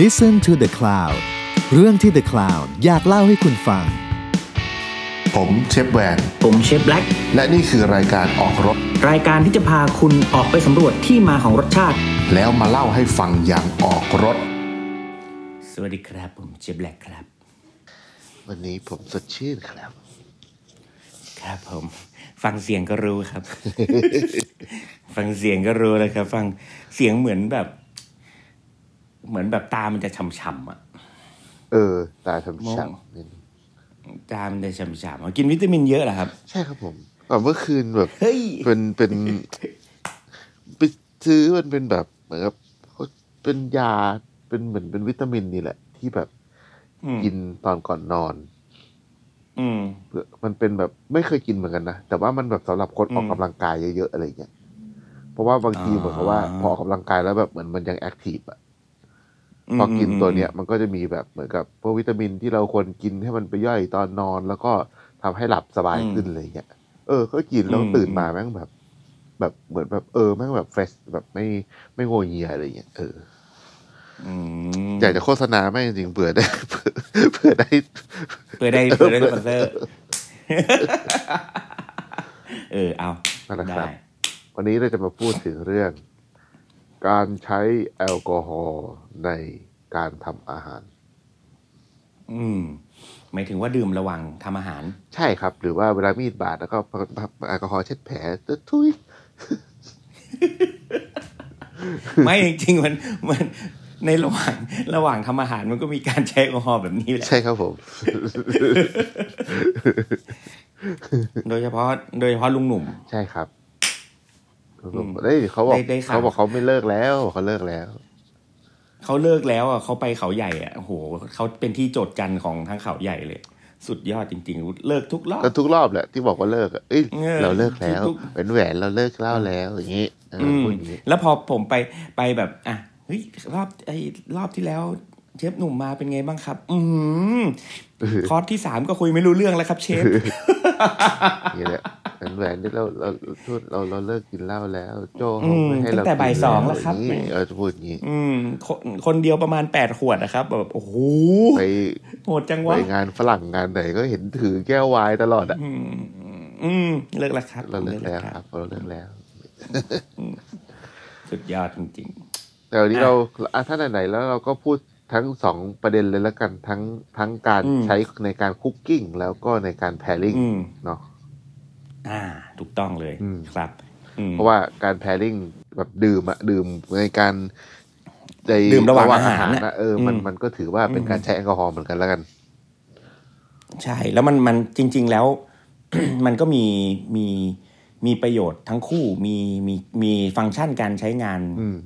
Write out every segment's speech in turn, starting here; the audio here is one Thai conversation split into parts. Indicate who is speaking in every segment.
Speaker 1: Listen to the Cloud เรื่องที่ The Cloud อยากเล่าให้คุณฟัง
Speaker 2: ผมเชฟแวน
Speaker 3: ผมเชฟแบล็ก
Speaker 2: และนี่คือรายการออกรถ
Speaker 3: รายการที่จะพาคุณออกไปสำรวจที่มาของรสชาติ
Speaker 2: แล้วมาเล่าให้ฟังอย่างออกรถ
Speaker 3: สวัสดีครับ ผมเชฟแบล็กครับ
Speaker 2: วันนี้ผมสดชื่นครับ
Speaker 3: ครับผม ฟังเสียงก็รู้ ครับ ฟังเสียงก็รู้เลยครับ ฟังเสียงเหมือนแบบ เหมือนแบบตามันจะฉ่ำๆอ่ะ
Speaker 2: เออ ตาทำช่าง
Speaker 3: โม่ ตามันจะฉ่ำๆอ่ะกินวิตามินเยอะเหรอครับ
Speaker 2: ใช่ครับผมแบบเมื่อคืน แบบ
Speaker 3: เฮ้ย
Speaker 2: เป็นเป็นไปซื้อมันเป็นแบบเหมือนกับเขาเป็นยาเป็นเหมือนเป็นวิตามินนี่แหละ ที่แบบ
Speaker 3: อืม
Speaker 2: กินตอนก่อนนอน
Speaker 3: อืม
Speaker 2: เพื่อมันเป็นแบบไม่เคยกินเหมือนกันนะแต่ว่ามันแบบสำหรับคนออกกำลังกายเยอะๆอะไรอย่างเงี้ยเพราะว่าบางที
Speaker 3: อ่า
Speaker 2: เหมือนกับว่า พอออกกำลังกายแล้วแบบเหมือนมันยังแอคทีฟอะ พอกินตัวเนี้ยมันก็จะมีแบบเหมือนกับพวกวิตามินที่เราควรกินให้มันไปย่อยตอนนอน แล้วก็ทำให้หลับสบายขึ้นอะไรเงี้ยเออ ก็กินแล้ว
Speaker 3: อืม
Speaker 2: ตื่นมาแม่งแบบ แบบเหมือนแบบเออแม่งแบบเฟรชแบบไม่ไม่โงเงียอะไรเงี้ยเออ
Speaker 3: อืม
Speaker 2: อยากจะโฆษณาแม่งจริงๆเผื่อได้ เผื่อได้
Speaker 3: เพื่อได้เพื่อได้สปอน เซอร์ เออเอา
Speaker 2: นั่นแหละค
Speaker 3: ได้
Speaker 2: รับ วันนี้เราจะมาพูดถึงเรื่อง การใช้แอลกอฮอล์ในการทำอาหาร
Speaker 3: อืมหมายถึงว่าดื่มระหว่างทำอาหาร
Speaker 2: ใช่ครับ หรือว่าเวลามีดบาดแล้วก็แอลกอฮอล์เช็ดแผลทุย
Speaker 3: ไม่จริงๆมันมันในระหว่างระหว่างทำอาหารมันก็มีการใช้แอลกอฮอล์แบบนี้แหละ
Speaker 2: ใช่ครับผม
Speaker 3: โดยเฉพาะ โดยเฉพาะลุงหนุ่ม
Speaker 2: ใช่ครับเอ้ยเขาบอก
Speaker 3: ได้ได้ข่าว
Speaker 2: เขาบอกเขาไม่เลิกแล้วเขาเลิกแล้ว
Speaker 3: เขาเลิกแล้วอ่ะเขาไปเขาใหญ่อ่ะโอ้โหเขาเป็นที่โจทย์จันทร์ของทั้งเขาใหญ่เลย สุดยอดจริง ๆ เลิกทุกรอบ
Speaker 2: แล้วทุกรอบแหละที่บอกว่าเลิกอะเอ้ย
Speaker 3: เออ
Speaker 2: เราเลิกแล้ว
Speaker 3: ทุก
Speaker 2: เป็นแหวนเราเลิกเล่าแล้วอย่างงี้เอออ
Speaker 3: อืม
Speaker 2: พูดอย่างงี้
Speaker 3: แล้วพอผมไปไปแบบอ่ะเฮ้ยรอบไอ้รอบที่แล้ว เชฟหนุ่มมาเป็นไงบ้างครับ อืมคอร์สที่สามก็คุยไม่รู้เรื่องแล้วครับ เชฟ
Speaker 2: อย่างงี้แหละเป็นแหวนที่เราเราเราเราเลิกกินเหล้าแล้ว โจ
Speaker 3: อื
Speaker 2: เขา
Speaker 3: ม
Speaker 2: ไม่ให้
Speaker 3: ตั้
Speaker 2: เรา
Speaker 3: งแต่บ่าย
Speaker 2: กิน
Speaker 3: สองแล้วครับ
Speaker 2: ย่างงี้เออจะพูดอย่างงี้
Speaker 3: อืมคนคนเดียวประมาณแปดขวดนะครับ แบบโอ้โห
Speaker 2: ไป
Speaker 3: โหดจัง
Speaker 2: ไป
Speaker 3: วะ
Speaker 2: งานฝรั่งงานไหนก็เห็นถือแก้วไวน์ตลอดอะ
Speaker 3: อืมอืมเลิกแล้วครับ
Speaker 2: เราเลิกแล้ว
Speaker 3: ค
Speaker 2: ค
Speaker 3: รั
Speaker 2: รั
Speaker 3: บบ
Speaker 2: เราเลิกแล้ว
Speaker 3: สุดยอดจริง
Speaker 2: แต่วันนี้
Speaker 3: อ่ะ
Speaker 2: เราอ่ะถ้าไหนๆแล้วเราก็พูดทั้งสองประเด็นเลยละกันทั้งทั้งการ
Speaker 3: อืม
Speaker 2: ใช้ในการคุกกิ้งแล้วก็ในการแพริ่ง
Speaker 3: ๆ อืม
Speaker 2: เนาะ
Speaker 3: อ่า ถูกต้องเลย
Speaker 2: อืม
Speaker 3: ครับอืม
Speaker 2: เพราะว่าการแพริ่งแบบดื่มอะดื่มในการใน
Speaker 3: ดื่มระหว่างอาหาร
Speaker 2: นะเออมัน
Speaker 3: อืม
Speaker 2: มันก็ถือว่าเป็นการใช้แอลกอฮอล์เหมือนกันแล้วกัน
Speaker 3: ใช่ แล้วมันมันจริง ๆแล้ว มันก็มีมีมีประโยชน์ทั้งคู่มีมีมีฟังก์ชันการใช้งาน
Speaker 2: อืม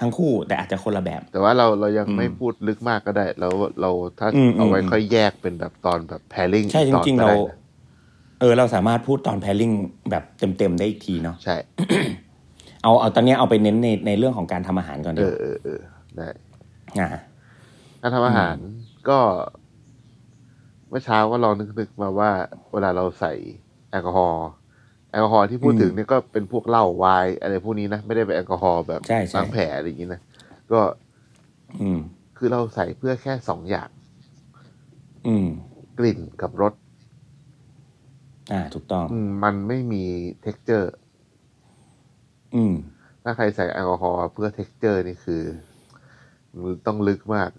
Speaker 3: ทั้งคู่ แต่อาจจะคนละแบบ
Speaker 2: แต่ว่าเราเรายัง
Speaker 3: อืม
Speaker 2: ไม่พูดลึกมากก็ได้ แล้วเราถ้า
Speaker 3: อืม
Speaker 2: เอาไว้
Speaker 3: อืม
Speaker 2: ค่อยแยกเป็นแบบตอนแบบแพริ่ง
Speaker 3: ใช่จ
Speaker 2: ตอน
Speaker 3: ริง ๆ
Speaker 2: ก็
Speaker 3: เรา
Speaker 2: ได้นะ
Speaker 3: เออเราสามารถพูดตอนแพล i ิ g งแบบเต็มๆได้อีกทีเนาะ
Speaker 2: ใช่
Speaker 3: เอาเอาตอนเนี้ยเอาไปเน้นในในเรื่องของการทำอาหารก่อน
Speaker 2: เอ
Speaker 3: ดีก
Speaker 2: อ
Speaker 3: ว่า
Speaker 2: เออเออได้
Speaker 3: อ่า
Speaker 2: การทำอาหารก็เมื่อเช้าก็ลองนึกๆมาว่า เวลาเราใส่แอลกอฮอล์แอลกอฮอล์ที่พูดถึงเนี่ยก็เป็นพวกเหล้าไวน์อะไรพวกนี้นะ ไม่ได้เป็นแอลกอฮอล์แบบ
Speaker 3: ใช่ใช่
Speaker 2: ล้างแผลอะไรอย่างนี้นะก็
Speaker 3: อืม
Speaker 2: คือเราใส่เพื่อแค่สองอย่าง
Speaker 3: อืม
Speaker 2: กลิ่นกับรส
Speaker 3: อ่า ถูกต้อง
Speaker 2: อืมมันไม่มี t e x t อร์
Speaker 3: อืม
Speaker 2: ถ้าใครใส่แอลกอฮอล์เพื่อ t e x t อร์นี่คือมันต้องลึกมาก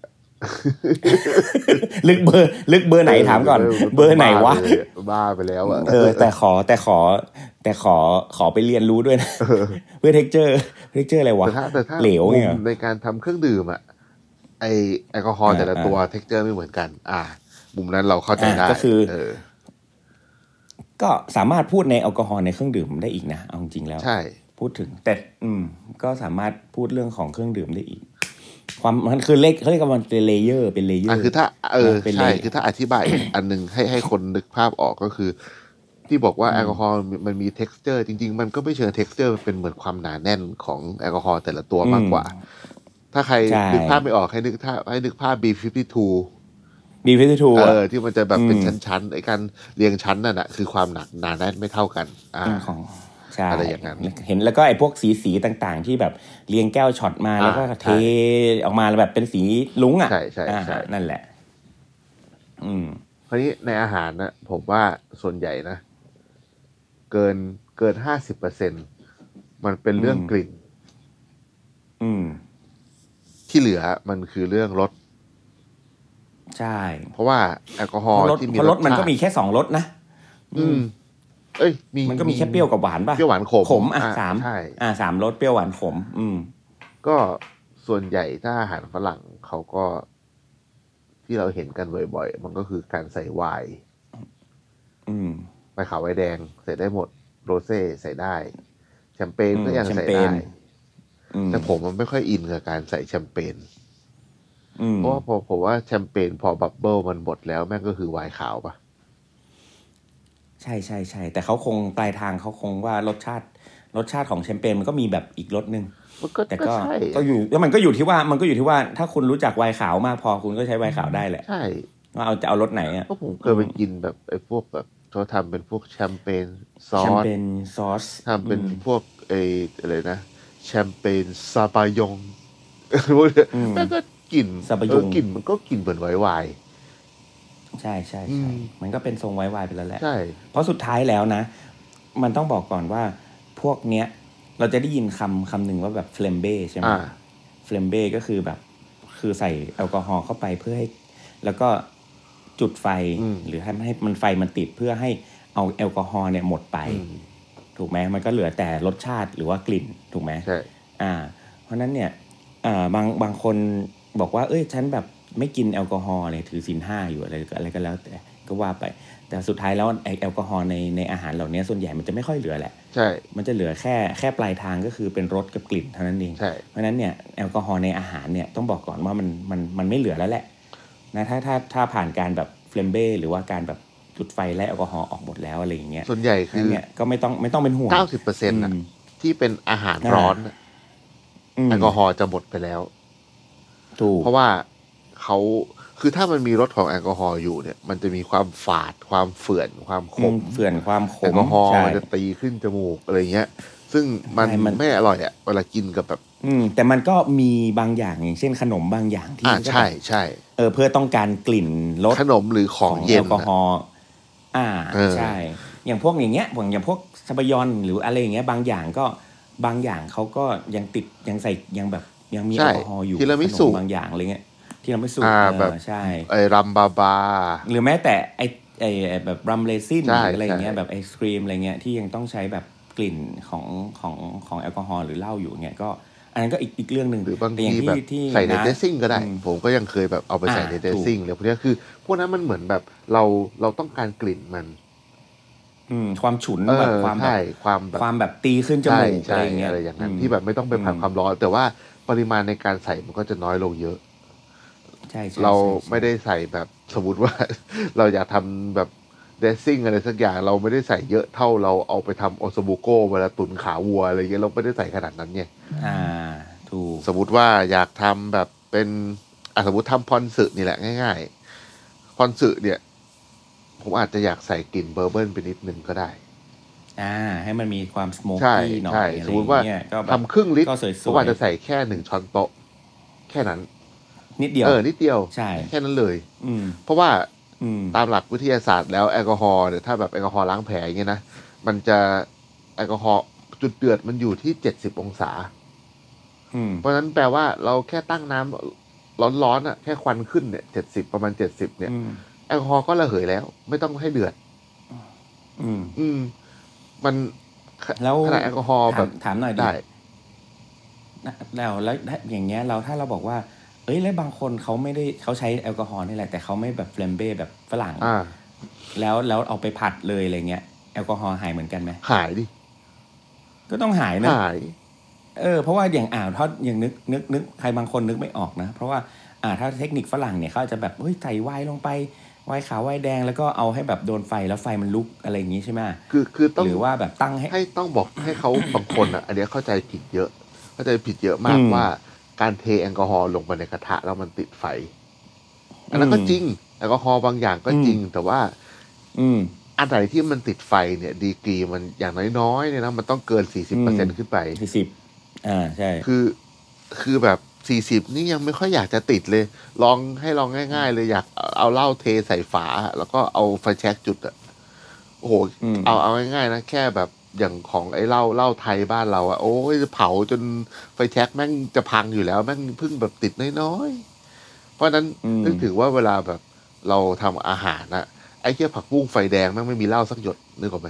Speaker 3: ลึกเบอร์ ลึกเบอร์ไหนถามก่อน เบอร์ไหนวะ
Speaker 2: บ้าไปแล้วอะ
Speaker 3: เออ แต่ขอแต่ขอ แต่ขอขอไปเรียนรู้ด้วยนะ เพื่อเท็กเจอร์เท็กเจอร์อะไรวะ
Speaker 2: แต่ถ้าแต่ถ้า
Speaker 3: เหลวเนี่ย
Speaker 2: มุมในการทำเครื่องดื่มอะไอแอลกอฮอล์
Speaker 3: อ่า
Speaker 2: แต่ละตัวเท็กเจอร์ไม่เหมือนกัน อ่า มุมนั้นเราเข้าใจได้
Speaker 3: อ่าก็คือ
Speaker 2: เออ
Speaker 3: ก็สามารถพูดในแอลกอฮอล์ในเครื่องดื่มได้อีกนะเอาจริงๆแล้ว
Speaker 2: ใช่
Speaker 3: พูดถึงแต่อืม ก็สามารถพูดเรื่องของเครื่องดื่มได้อีก ความมันคือเลขเขาเรียกว่ามันเป็นเลเยอร์เป็นเลเยอ
Speaker 2: อ่ะ
Speaker 3: ร์
Speaker 2: คือถ้าเออ
Speaker 3: เป็น
Speaker 2: ใช่
Speaker 3: เลข
Speaker 2: คือถ้าอธิบาย อันหนึ่งให้ให้คนนึกภาพออกก็คือ ที่บอกว่าแอลกอฮอล์มันมี t e x t อร์จริง ๆ มันก็ไม่เชิง t e x t อร์มันเป็นเหมือนความหนาแน่นของแอลกอฮอล์แต่ละตัวมากกว่า ถ้าใคร
Speaker 3: ใช่
Speaker 2: นึกภาพไม่ออกให้นึกถ้าให้นึกภาพ B52
Speaker 3: บีฟิทู
Speaker 2: เออที่มันจะแบบเป็น
Speaker 3: อืม
Speaker 2: ชั้นๆไอ้การเรียงชั้นนั่นแหะคือความหนักหนาแน่นไม่เท่ากัน อ่า
Speaker 3: ของ ใช่
Speaker 2: อะไรอย่างนั้น
Speaker 3: เห็นแล้วก็ไอ้พวกสีสีๆต่างๆ ที่แบบเรียงแก้วช็อตมาแล้วก็
Speaker 2: อ่า
Speaker 3: เทออกมาแล้วแบบเป็นสีลุ้งอ่ะ
Speaker 2: ใช่ใช่
Speaker 3: อ่า
Speaker 2: ใช่
Speaker 3: นั่นแหละ อืม
Speaker 2: คราวนี้ในอาหารนะผมว่าส่วนใหญ่นะ เกินเกินห้าสิบเปอร์เซ็นมันเป็นเรื่อง
Speaker 3: อืม
Speaker 2: กลิ่น
Speaker 3: อืม
Speaker 2: ที่เหลือมันคือเรื่องรส
Speaker 3: ใช่
Speaker 2: เพราะว่าแอลกอฮ
Speaker 3: เพ
Speaker 2: อล์
Speaker 3: ราะรส
Speaker 2: ที่มี
Speaker 3: เพราะรสมันก็มี
Speaker 2: ชาติ
Speaker 3: แค่สองรสนะ
Speaker 2: อืม เอ้ย มี
Speaker 3: มันก็มีแค่เปรี้ยวกับหวานป่ะ
Speaker 2: เปรี้ยวหวานขม
Speaker 3: ขมอ่ะ
Speaker 2: อ่
Speaker 3: สาม
Speaker 2: ใช่
Speaker 3: อ่าสามรสเปรี้ยวหวานขม อืม
Speaker 2: ก็ส่วนใหญ่ถ้าอาหารฝรั่งเขาก็ที่เราเห็นกันบ่อยๆ มันก็คือการใส่ไวน์
Speaker 3: อืม
Speaker 2: ไปขาวไวน์แดง ใส่ได้หมดโรเซ่ใส่ได้ แชมเปญก็
Speaker 3: อืม
Speaker 2: ยังใส่
Speaker 3: แชมเป
Speaker 2: ได้
Speaker 3: ญ อืม
Speaker 2: แต่ผมมันไม่ค่อยอินกับการใส่แชมเปญ
Speaker 3: อืม
Speaker 2: เพราะว่าพอผมว่าแชมเปญพอบับเบิลมันหมดแล้วแม่งก็คือไวน์ขาวปะ
Speaker 3: ใช่ใช่ใช่แต่เขาคงปลายทางเขาคงว่ารสชาติ รสชาติของแชมเปญมันก็มีแบบอีกรสหนึ่ง
Speaker 2: มันก็
Speaker 3: แต่
Speaker 2: ก็
Speaker 3: ก็
Speaker 2: ใช่
Speaker 3: ก็อยู่แล้วมันก็อยู่ที่ว่ามันก็อยู่ที่ว่าถ้าคุณรู้จักไวน์ขาวมากพอคุณก็ใช้ไวน์ขาวได้แหละ
Speaker 2: ใช่
Speaker 3: ว่าเอาจะเอารสไหนอะ
Speaker 2: เพราะผมเคยไปกินแบบไอ้พวกแบบเขาทำเป็นพวกแชมเปญซอ
Speaker 3: แชม
Speaker 2: ส
Speaker 3: เปญซอส
Speaker 2: ทำเป็น
Speaker 3: อืม
Speaker 2: พวกไอ้อะไรนะ แชมเปญซาบายอง พวกเนี้ย
Speaker 3: อืม
Speaker 2: แม่งก็กลิ่น
Speaker 3: ซาบายอง
Speaker 2: เออกลิ่นมันก็กลิ่นเหมือนไวน์ไวน์
Speaker 3: ใช่ใช่
Speaker 2: อื
Speaker 3: ใช่
Speaker 2: ม
Speaker 3: มันก็เป็นทรงไวน์ๆไปแล้วแหละ
Speaker 2: ใช่
Speaker 3: เพราะสุดท้ายแล้วนะ มันต้องบอกก่อนว่าพวกเนี้ย เราจะได้ยินคำคำหนึ่งว่าแบบเฟลมเบ้ใช่ไหม
Speaker 2: อ่า
Speaker 3: เฟลมเบ้ก็คือแบบ คือใส่แอลกอฮอล์เข้าไปเพื่อให้ แล้วก็จุดไฟ
Speaker 2: อืม
Speaker 3: หรือให้ให้มันไฟมันติดเพื่อให้เอาแอลกอฮอล์เนี่ยหมดไป ถูกไหมมันก็เหลือแต่รสชาติหรือว่ากลิ่นถูกไหม
Speaker 2: ใช่
Speaker 3: อ่า เพราะฉะนั้นเนี่ยอ่าบางบางคนบอกว่า เอ้ยฉันแบบไม่กินแอลกอฮอล์เลยถือศีลห้าอยู่อะไรอะไรก็แล้วแต่ก็ว่าไป แต่สุดท้ายแล้วไอแอลกอฮอล์ในในอาหารเหล่านี้ส่วนใหญ่มันจะไม่ค่อยเหลือแหละ
Speaker 2: ใช่
Speaker 3: มันจะเหลือแค่แค่ปลายทางก็คือเป็นรสกับกลิ่นเท่านั้นเอง
Speaker 2: ใช่
Speaker 3: เพราะฉะนั้นเนี่ยแอลกอฮอล์ในอาหารเนี่ยต้องบอกก่อนว่ามันมันมันไม่เหลือแล้วแหละนะถ้าถ้าถ้าผ่านการแบบเฟลมเบ้หรือว่าการแบบจุดไฟไล่แอลกอฮอล์ออกหมดแล้วอะไรอย่างเงี้ย
Speaker 2: ส่วนใหญ่
Speaker 3: นั่
Speaker 2: คื
Speaker 3: น
Speaker 2: อ
Speaker 3: เนี่ยก็ไม่ต้องไม่ต้องเป็นห่วง
Speaker 2: เก้าสิบเปอร์เซ็นต์ะ
Speaker 3: อืม
Speaker 2: ที่เป็นอาหารร้อนน่ะ
Speaker 3: ม
Speaker 2: แอลกอฮอล์จะหมดไปแล้ว
Speaker 3: ถูก
Speaker 2: เพราะว่าเขาคือถ้ามันมีรสของแอลกอฮอล์อยู่เนี่ย มันจะมีความฝาด ความเฝื่อน ความข
Speaker 3: อื
Speaker 2: ม
Speaker 3: มเฝื่อนความข
Speaker 2: แอล
Speaker 3: ม
Speaker 2: กอฮอล์
Speaker 3: ใช่
Speaker 2: มันจะตีขึ้นจมูกอะไรเงี้ย ซึ่งมัน
Speaker 3: ใช่มัน
Speaker 2: ไม่อร่อยอ่ะเวลากินกับแบบ
Speaker 3: อืมแต่มันก็มีบางอย่างอย่างเช่นขนมบางอย่างที่
Speaker 2: อ่า
Speaker 3: ก็
Speaker 2: ใช่
Speaker 3: แบบ
Speaker 2: ใช่
Speaker 3: เออเพื่อต้องการกลิ่นรส
Speaker 2: ขนมหรือข
Speaker 3: ข
Speaker 2: อ
Speaker 3: อง ง
Speaker 2: เย็
Speaker 3: แอน ลกอ
Speaker 2: น่ะ
Speaker 3: ฮอล์อ่า
Speaker 2: เออ
Speaker 3: ใช่ อย่างพวกอย่างเงี้ยอย่างอย่างพวกสบยอนหรืออะไรอย่างเงี้ย บางอย่างก็บางอย่างเขาก็ยังติดยังใส่ยังแบบยังมีแอ
Speaker 2: ใช่
Speaker 3: ลกอฮอล์อยู่
Speaker 2: ทีรามิสุ
Speaker 3: ขนบางอย่างอะไรเงี้ยที่เราไม่สู
Speaker 2: อ่าแบบ
Speaker 3: ใช่
Speaker 2: ไอ้รัมบาบา
Speaker 3: หรือแม้แต่ไอไอไอ้แบบรัมเลซิน
Speaker 2: ใช่
Speaker 3: หรืออะไรอย่างเงี้ย
Speaker 2: ใช่
Speaker 3: แบบไอศครีมอะไรเงี้ยที่ยังต้องใช้แบบกลิ่นของของของแอลกอฮอล์หรือเหล้าอยู่เงี้ยก็ อันนั้นก็อีกอีกเรื่องหนึ่ง
Speaker 2: หรือบาง
Speaker 3: แต่
Speaker 2: ที
Speaker 3: ย่
Speaker 2: แบบ
Speaker 3: ที่
Speaker 2: ใส่ใน
Speaker 3: นะ
Speaker 2: เดซซิ่งก็ได้
Speaker 3: อืม
Speaker 2: ผมก็ยังเคยแบบเอาไปใส่
Speaker 3: อ่า
Speaker 2: ในเดซซิ่งเลยพวกเนี้ยคือพวกนั้นมันเหมือนแบบเราเราต้องการกลิ่นมัน
Speaker 3: อืมความฉุน
Speaker 2: เอ
Speaker 3: แบบ
Speaker 2: อ
Speaker 3: ความแบ
Speaker 2: ใช่
Speaker 3: บ
Speaker 2: ความแบบ
Speaker 3: ความแบบตีขึ้นจ
Speaker 2: ใช่
Speaker 3: มูกอะ
Speaker 2: ใช่
Speaker 3: ไรอย่างเงี้ย
Speaker 2: อะไรอย่างนั้น
Speaker 3: ม
Speaker 2: ที่แบบไม่ต้องไปผ่าน
Speaker 3: อืม
Speaker 2: ความร้อน แต่ว่าปริมาณในการใส่มันก็จะน้อยลงเยอะ
Speaker 3: ใช่ใช่
Speaker 2: เรา
Speaker 3: ใช่ใช่
Speaker 2: ไม่ได้ใส่แบบสมมติว่า เราอยากทำแบบเดซซิ่งอะไรสักอย่างเราไม่ได้ใส่เยอะเท่าเราเอาไปทำโอซาบุโกเวลาตุนขาวัวอะไรเงี้ยเราไม่ได้ใส่ขนาดนั้นไง
Speaker 3: อ่าถูก
Speaker 2: สมมติว่าอยากทำแบบเป็นอ่ะสมมติทำพอนสึนี่แหละง่ายๆ พอนสึเนี่ย ผมอาจจะอยากใส่กลิ่นเบอร์เบิร์นไปนิดนึงก็ได้
Speaker 3: อ่า ให้มันมีความสโมก
Speaker 2: ใช่
Speaker 3: ี้หน่อย
Speaker 2: ใช่
Speaker 3: อะไร
Speaker 2: สมมติว่า
Speaker 3: อย่างเงี้ยก็แบบ
Speaker 2: ทำครึ่งลิตร
Speaker 3: ก็สวยๆ
Speaker 2: ผมอาจจะใส่แค่หนึ่งช้อนโต๊ะ แค่นั้น
Speaker 3: นิดเดียว
Speaker 2: เออนิดเดียว
Speaker 3: ใช่
Speaker 2: แค่นั้นเลย
Speaker 3: อืม
Speaker 2: เพราะว่า
Speaker 3: อืม
Speaker 2: ตามหลักวิทยาศาสตร์แล้วแอลกอฮอล์เนี่ยถ้าแบบแอลกอฮอล์ล้างแผลอย่างเงี้ยนะมันจะแอลกอฮอล์จุดเดือดมันอยู่ที่เจ็ดสิบองศา
Speaker 3: อืม
Speaker 2: เพราะฉะนั้นแปลว่าเราแค่ตั้งน้ำร้อนๆอ่ะแค่ควันขึ้นเนี่ยเจ็ดสิบประมาณเจ็ดสิบเนี่ย
Speaker 3: อืม
Speaker 2: แอลกอฮอล์ก็ระเหยแล้ว ไม่ต้องให้เดือด
Speaker 3: อืม
Speaker 2: อืม มัน
Speaker 3: แล้ว
Speaker 2: ขนาดแอลกอฮอล์แบ
Speaker 3: ถาม
Speaker 2: บ
Speaker 3: ถามหน่อยดิ
Speaker 2: ได้
Speaker 3: นะแล้วแล้วถ้าอย่างเงี้ยเราถ้าเราบอกว่า เอ้ยแล้วบางคนเขาไม่ได้เขาใช้แอลกอฮอล์นี่แหละแต่เขาไม่แบบเฟลมเบ้แบบฝรั่ง
Speaker 2: อ่า
Speaker 3: แล้วแล้วเอาไปผัดเลยอะไรเงี้ยแอลกอฮอล์หายเหมือนกันไหม
Speaker 2: หายดิ
Speaker 3: ก็ต้องหายนะ
Speaker 2: หาย
Speaker 3: เออเพราะว่าอย่างอ่าวถ้าอย่างนึกนึกนึกใครบางคนนึกไม่ออกนะ เพราะว่าอ่าถ้าเทคนิคฝรั่งเนี่ยเขาอาจจะแบบเฮ้ยใส่ไวน์ลงไปไวน์ขาวไวน์แดงแล้วก็เอาให้แบบโดนไฟแล้วไฟมันลุกอะไรอย่างงี้ใช่ไหม
Speaker 2: คือคือต้อง
Speaker 3: หรือว่าแบบตั้งให้
Speaker 2: ให้ต้องบอกให้เขา บางคนอ่ะ อันเนี้ยเข้าใจผิดเยอะ เข้าใจผิดเยอะมาก
Speaker 3: อืม
Speaker 2: ว่าการเทแอลกอฮอล์ลงไปในกระทะแล้วมันติดไฟ อันนั้น
Speaker 3: อืม
Speaker 2: ก็จริง แอลกอฮอล์บางอย่างก็
Speaker 3: อืม
Speaker 2: จริง แต่ว่า
Speaker 3: อืม
Speaker 2: อันไหนที่มันติดไฟเนี่ยดีกรีมันอย่างน้อยๆเนี่ยนะมันต้องเกินสี่สิบเปอร์เซ็นขึ้นไป
Speaker 3: สี่สิบอ่าใช่
Speaker 2: คือคือแบบสี่สิบนี่ยังไม่ค่อยอยากจะติดเลย ลองให้ลองง่าย ๆ เลยอยากเอาเอาเหล้าเทใส่ฝา แล้วก็เอาไฟแช็กจุดอะโอ้โห
Speaker 3: อืม
Speaker 2: เอาเอาง่ายๆนะแค่แบบอย่างของไอ้เหล้าเหล้าไทยบ้านเราอะโอ้ยเผาจนไฟแช็กแม่งจะพังอยู่แล้วแม่งเพิ่งแบบติดน้อยๆเพราะฉะนั้น
Speaker 3: อืม
Speaker 2: นึกถึงว่าเวลาแบบเราทำอาหารอะไอ้เคี้ยผักบุ้งไฟแดงแม่งไม่มีเหล้าสักหยดนึกออกไหม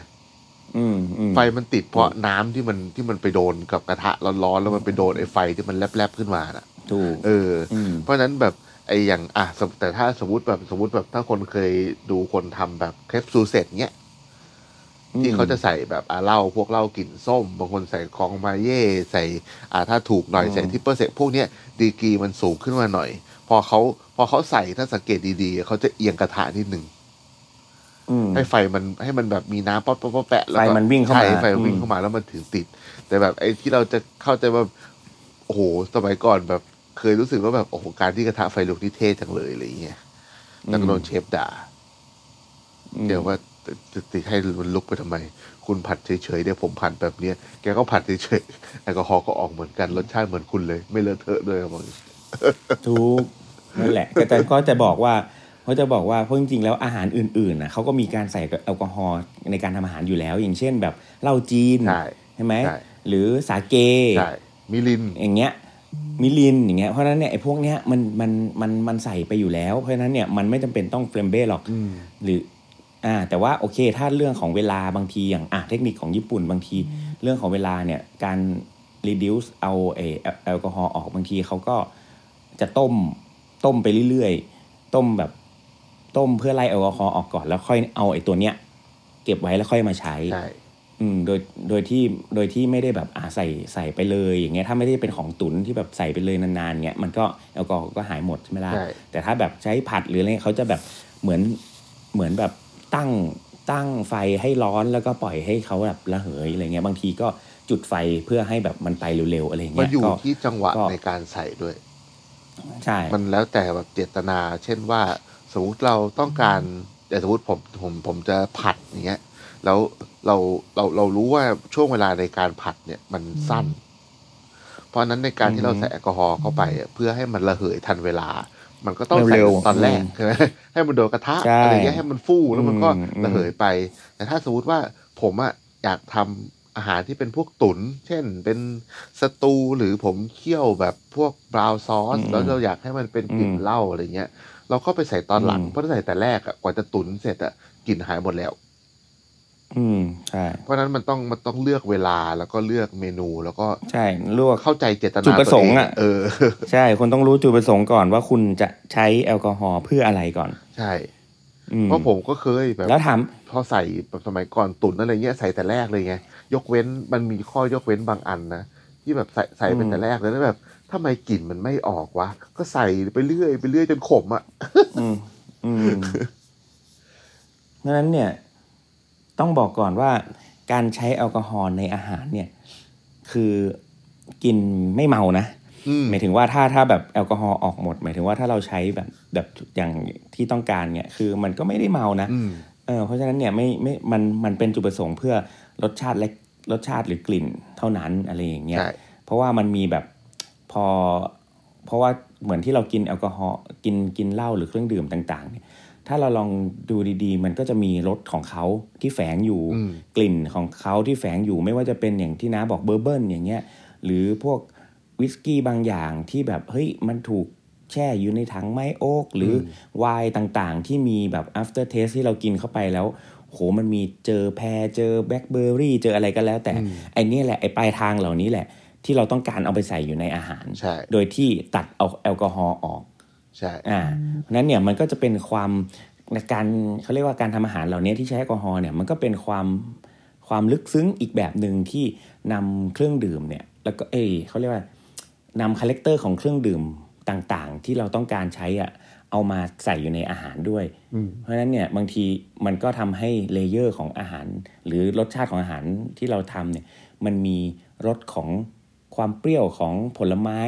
Speaker 3: อืมอืม
Speaker 2: ไฟมันติดเพราะน้ำที่มันที่มันไปโดนกับกระทะร้อนๆแล้วมันไปโดนไอ้ไฟที่มันแลบๆขึ้นมาน่ะ
Speaker 3: ถูก
Speaker 2: เออ
Speaker 3: อืม
Speaker 2: เพราะฉะนั้นแบบไอ้อย่างอ่ะสมแต่ถ้าสมมติแบบสมมติแบบถ้าคนเคยดูคนทำแบบเครปซูเซ็ตเนี้ยที่เขาจะใส่แบบอ่ะเหล้าพวกเหล้ากลิ่นส้ม บางคนใส่คองมาเย่ใส่อ่ะถ้าถูกหน่อย
Speaker 3: อืม
Speaker 2: ใส่ทิปเปอร์เซ็ตพวกเนี้ยดีกรีมันสูงขึ้นมาหน่อย พอเขาพอเขาใส่ถ้าสังเกตดีๆเขาจะเอียงกระทะนิดนึง
Speaker 3: อืม
Speaker 2: ให้ไฟมันให้มันแบบมีน้ำป๊อปป๊อปป๊อปแปะแล้ว
Speaker 3: ไฟ
Speaker 2: ก็
Speaker 3: มันวิ่งเข้ามา
Speaker 2: ใช่ไฟมันวิ่ง
Speaker 3: อืม
Speaker 2: เข้ามาแล้วมันถึงติด แต่แบบไอ้ที่เราจะเข้าใจว่าโอ้โหสมัยก่อนแบบเคยรู้สึกว่าแบบโอ้โหการที่กระทะไฟลุกนี่เท่จังเลยอะไรอย่างเงี้ยแล้วก็โดนเชฟด่า เดี๋ยวว่าจะติดให้มันลุกไปทำไม คุณผัดเฉยๆเดี๋ยวผมผัดแบบเนี้ยแกก็ผัดเฉยๆแอลกอฮอล์ก็ออกเหมือนกันรสชาติเหมือนคุณเลย ไม่เลอะเทอะเลยครับผม
Speaker 3: ถูกนั่นแหละแต่แต่ก็จะบอกว่าเขาจะบอกว่าเพราะจริงๆแล้วอาหารอื่นๆนะเขาก็มีการใส่แอลกอฮอล์ในการทำอาหารอยู่แล้ว อย่างเช่นแบบเหล้าจีน
Speaker 2: ใช่
Speaker 3: ใช่ไหม
Speaker 2: ใช่
Speaker 3: หรือสาเก
Speaker 2: ใช่มิลิน
Speaker 3: อย่างเงี้ยมิลินอย่างเงี้ยเพราะฉะนั้นเนี่ยไอ้พวกเนี้ยมันมันมันมันใส่ไปอยู่แล้ว เพราะฉะนั้นเนี่ยมันไม่จำเป็นต้องเฟรมเบ้หรอก
Speaker 2: อืม
Speaker 3: หรืออ่าแต่ว่าโอเค ถ้าเรื่องของเวลาบางทีอย่างอ่ะเทคนิคของญี่ปุ่นบางที เรื่องของเวลาเนี่ยการ reduce เอาไอแอลแอลกอฮอล์ออกบางทีเขาก็จะต้มต้มไปเรื่อยๆ ต้มแบบต้มเพื่อไล่แอลกอฮอล์ออกก่อนแล้วค่อยเอาไอ้ตัวเนี้ยเก็บไว้แล้วค่อยมาใช้
Speaker 2: ใช่
Speaker 3: อืมโดยโดยที่โดยที่ไม่ได้แบบอ่าใส่ใส่ไปเลยอย่างเงี้ยถ้าไม่ได้เป็นของตุนที่แบบใส่ไปเลยนานๆเงี้ยมันก็แอลกอฮอล์ก็หายหมดใช่ไหมล่ะ
Speaker 2: ใช่
Speaker 3: แต่ถ้าแบบใช้ผัดหรืออะไรเงี้ยเขาจะแบบเหมือนเหมือนแบบตั้งตั้งไฟให้ร้อนแล้วก็ปล่อยให้เขาแบบระเหยอะไรเงี้ยบางทีก็จุดไฟเพื่อให้แบบมันไปเร็วๆอะไรเงี้ย
Speaker 2: มันอยู่
Speaker 3: ก็
Speaker 2: ที่จังหวะ
Speaker 3: ก็
Speaker 2: ในการใส่ด้วย
Speaker 3: ใช่
Speaker 2: มันแล้วแต่แบบเจตนา เช่นว่า สมมติเราต้องการแต่สมมติผมผมผมจะผัดอย่างเงี้ย แล้วเราเราเรารู้ว่าช่วงเวลาในการผัดเนี่ยมันสั้น เพราะฉะนั้นในการที่เราใส่แอลกอฮอล์เข้าไปอะเพื่อให้มันระเหยทันเวลา มันก็ต้องใส่ตอนแรกใช่ไหมให้มันโดนกระทะอะไรเงี้ยให้มันฟู่แล้วมันก็ระเหยไป แต่ถ้าสมมติว่าผมอะอยากทำอาหารที่เป็นพวกตุน เช่นเป็นสตูหรือผมเคี่ยวแบบพวกบราวน์ซอส แล้วเราอยากให้มันเป็นกลิ่นเหล้าอะไรเงี้ย เราก็ไปใส่ตอนหลัง เพราะถ้าใส่แต่แรกอะกว่าจะตุนเสร็จอะกลิ่นหายหมดแล้ว
Speaker 3: อืมใช่
Speaker 2: เพราะฉะนั้นมันต้องมันต้องเลือกเวลาแล้วก็เลือกเมนูแล้วก็
Speaker 3: ใช่ลวก
Speaker 2: เข้าใจเจตนา
Speaker 3: จุดประสงค์อะ
Speaker 2: ตัวเเออ
Speaker 3: ใช่คนต้องรู้จุดประสงค์ก่อนว่าคุณจะใช้แอลกอฮอล์เพื่ออะไรก่อน
Speaker 2: ใช่
Speaker 3: อืม
Speaker 2: เพราะผมก็เคยแบบ
Speaker 3: แล้วถาม
Speaker 2: พอใส่แบบสมัยก่อนตุนอะไรเงี้ยใส่แต่แรกเลยไงยกเว้นมันมีข้อยกเว้นบางอันนะที่แบบใส่ใส่เป็นแต่แรกเลยแล้วแบบทำไมกลิ่นมันไม่ออกวะก็ใส่ไปเรื่อยไปเรื่อยจนขมอ่ะ
Speaker 3: อืมอืมดังนั้นเนี่ย ต้องบอกก่อนว่า การใช้แอลกอฮอล์ในอาหารเนี่ย คือกินไม่เมานะ
Speaker 2: อืม
Speaker 3: หมายถึงว่าถ้าถ้าแบบแอลกอฮอล์ออกหมด หมายถึงว่าถ้าเราใช้แบบแบบอย่างที่ต้องการเนี่ย คือมันก็ไม่ได้เมานะ
Speaker 2: อืม
Speaker 3: เออเพราะฉะนั้นเนี่ยไม่ไม่มันมันเป็นจุดประสงค์เพื่อรสชาติและรสชาติหรือกลิ่นเท่านั้นอะไรอย่างเงี้ย
Speaker 2: ใช่
Speaker 3: เพราะว่ามันมีแบบพอ เพราะว่าเหมือนที่เรากินแอลกอฮอล์กินกินเหล้าหรือเครื่องดื่มต่างๆเนี่ยถ้าเราลองดูดีๆ มันก็จะมีรสของเขาที่แฝงอยู่
Speaker 2: อืม
Speaker 3: กลิ่นของเขาที่แฝงอยู่ไม่ว่าจะเป็นอย่างที่น้าบอกเบอร์เบิร์นอย่างเงี้ยหรือพวกวิสกี้บางอย่างที่แบบเฮ้ยมันถูกแช่อยู่ในถังไม้โอ๊กหรืออไวน์ต่างๆ ที่มีแบบ after taste ที่เรากินเข้าไปแล้วโหมันมีเจอแพรเจอแบล็คเบอร์รี่เจออะไรก็แล้ว แต่ไอ้เนี่ยแหละไอ้ปลายทางเหล่านี้แหละ ที่เราต้องการเอาไปใส่อยู่ในอาหาร
Speaker 2: ใช่
Speaker 3: โดยที่ตัดเอาแอลกอฮอล์ออก
Speaker 2: ใช่
Speaker 3: อ่าเพราะฉะนั้นเนี่ยมันก็จะเป็นความในการเขาเรียกว่าการทำอาหารเหล่านี้ที่ใช้แอลกอฮอล์เนี่ยมันก็เป็นความความลึกซึ้งอีกแบบหนึ่งที่นำเครื่องดื่มเนี่ยแล้วก็เอยเขาเรียกว่านำคาแรคเตอร์ของเครื่องดื่มต่างๆ ที่เราต้องการใช้อ่ะเอามาใส่อยู่ในอาหารด้วย
Speaker 2: อืม
Speaker 3: เพราะฉะนั้นเนี่ยบางทีมันก็ทำให้เลเยอร์ของอาหาร หรือรสชาติของอาหารที่เราทำเนี่ยมันมีรสของความเปรี้ยวของผลไม้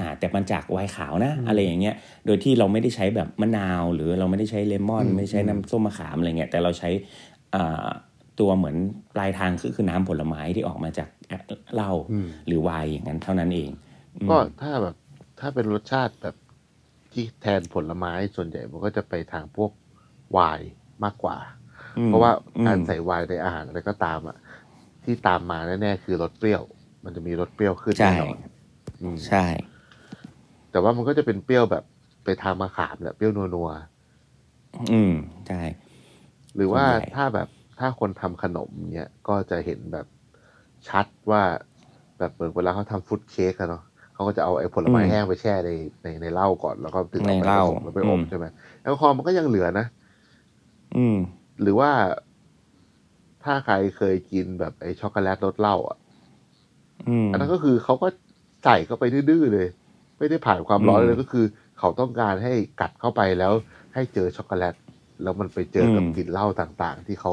Speaker 3: อ่าแต่มันจากไวน์ขาวนะ อะไรอย่างเงี้ยโดยที่เราไม่ได้ใช้แบบมะนาว หรือเราไม่ได้ใช้เลมอน ไม่ได้ใช้น้ำส้มมะขามอะไรเงี้ยแต่เราใช้ อ่าตัวเหมือนปลายทางคือคือน้ำผลไม้ที่ออกมาจากเหล้า
Speaker 2: อืม
Speaker 3: หรือไวน์อย่างนั้นเท่านั้นเองอืม
Speaker 2: ก็ถ้าแบบถ้าเป็นรสชาติแบบที่แทนผลไม้ส่วนใหญ่มันก็จะไปทางพวกไวน์มากกว่า
Speaker 3: อืม
Speaker 2: เพราะว่าการ
Speaker 3: อืม
Speaker 2: ใส่ไวน์ในอาหารอะไรก็ตามอ่ะที่ตามมาแน่ๆคือรสเปรี้ยว มันจะมีรสเปรี้ยวขึ้น
Speaker 3: ใช่
Speaker 2: แน่นอนอืม
Speaker 3: ใช่
Speaker 2: แต่ว่ามันก็จะเป็นเปรี้ยวแบบไปทางมะขามแหละเปรี้ยวนัว
Speaker 3: อืมใช่
Speaker 2: ๆหรือว่า
Speaker 3: ส่วนใหญ่
Speaker 2: ถ้าแบบถ้าคนทำขนมเนี้ยก็จะเห็นแบบชัดว่าแบบเหมือนเวลาเขาทำฟรุตเค้กอะเนาะเขาก็จะเอาไอ้ผลไม้แห้งไปแช่ในในในเหล้าก่อนแล้วก็ถึงเอา
Speaker 3: ในเห
Speaker 2: ไปผ
Speaker 3: ล้า
Speaker 2: สมแล้วไปอบ
Speaker 3: อืม
Speaker 2: ใช่ไหมแอลกอฮอล์มันก็ยังเหลือนะ
Speaker 3: อืม
Speaker 2: หรือว่าถ้าใครเคยกินแบบไอ้ช็อกโกแลตรสเหล้าอ่ะ
Speaker 3: อืม
Speaker 2: อันนั้นก็คือเขาก็ใส่เข้าไปดื้อๆเลย ไม่ได้ผ่านความร้อน
Speaker 3: อืม
Speaker 2: เลยก็คือ เขาต้องการให้กัดเข้าไปแล้วให้เจอช็อกโกแลต แล้วมันไปเจอกับ
Speaker 3: อืม
Speaker 2: กลิ่นเหล้าต่างๆ ที่เขา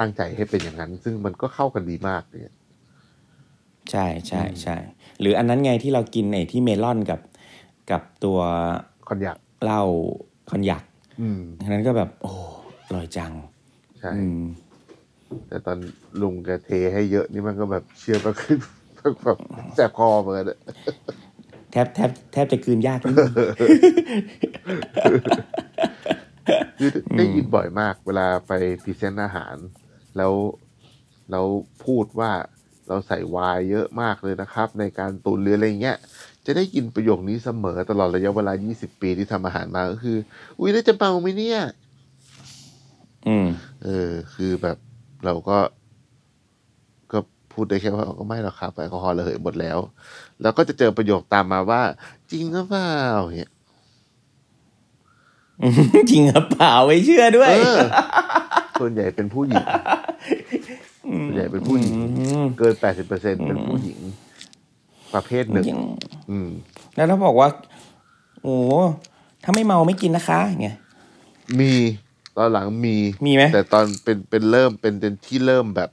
Speaker 2: ตั้งใจให้เป็นอย่างนั้น ซึ่งมันก็เข้ากันดีมากเนี่ย
Speaker 3: ใช่ใช่
Speaker 2: อืม
Speaker 3: ใช่ หรืออันนั้นไงที่เรากินไอ้ที่เมลอนกับกับตัว
Speaker 2: คอนยัก
Speaker 3: เหล้าคอนยัก
Speaker 2: อืม
Speaker 3: อันนั้นก็แบบ โอ้อร่อยจัง
Speaker 2: ใช่
Speaker 3: อืม
Speaker 2: แต่ตอนลุงแกเทให้เยอะนี่มันก็แบบเชื่อมากขึ้น แบบแสบคอเหมือนกันอะ
Speaker 3: แทบแทบแทบจะกลืนยาก นิดนึง
Speaker 2: คือได้ยินบ่อยมาก เวลาไปพรีเซนต์อาหาร แล้วแล้วพูดว่าเราใส่ไวน์เยอะมากเลยนะครับ ในการตุนหรืออะไรเงี้ย จะได้ยินประโยคนี้เสมอตลอดระยะเวลา 20 ปีที่ทำอาหารมาก็คือ อุ้ยแล้วจะเมาไหมเนี่ย
Speaker 3: อืม
Speaker 2: เออ คือแบบเราก็ ก็พูดได้แค่ว่าก็ไม่หรอกครับแอลกอฮอล์ระเหยหมดแล้ว แล้วก็จะเจอประโยคตามมาว่า จริงหรือเปล่าเนี่ย
Speaker 3: จริงครับเปล่าไม่เชื่อด้ว
Speaker 2: เอย อ ส่วนใหญ่เป็นผู้หญิง ส่วนใหญ่เป็นผู้หญิง
Speaker 3: ม
Speaker 2: เกิน 80%เป็นผู้หญิง ประเภทหนึ่ง
Speaker 3: ยัง
Speaker 2: อืม
Speaker 3: แล้วถ้าบอกว่า โอ้ถ้าไม่เมาไม่กินนะคะไงย
Speaker 2: มีตอนหลังมี
Speaker 3: มีไหม
Speaker 2: แต่ตอนเป็นเป็นเริ่มเป็นเป็นที่เริ่มแบบ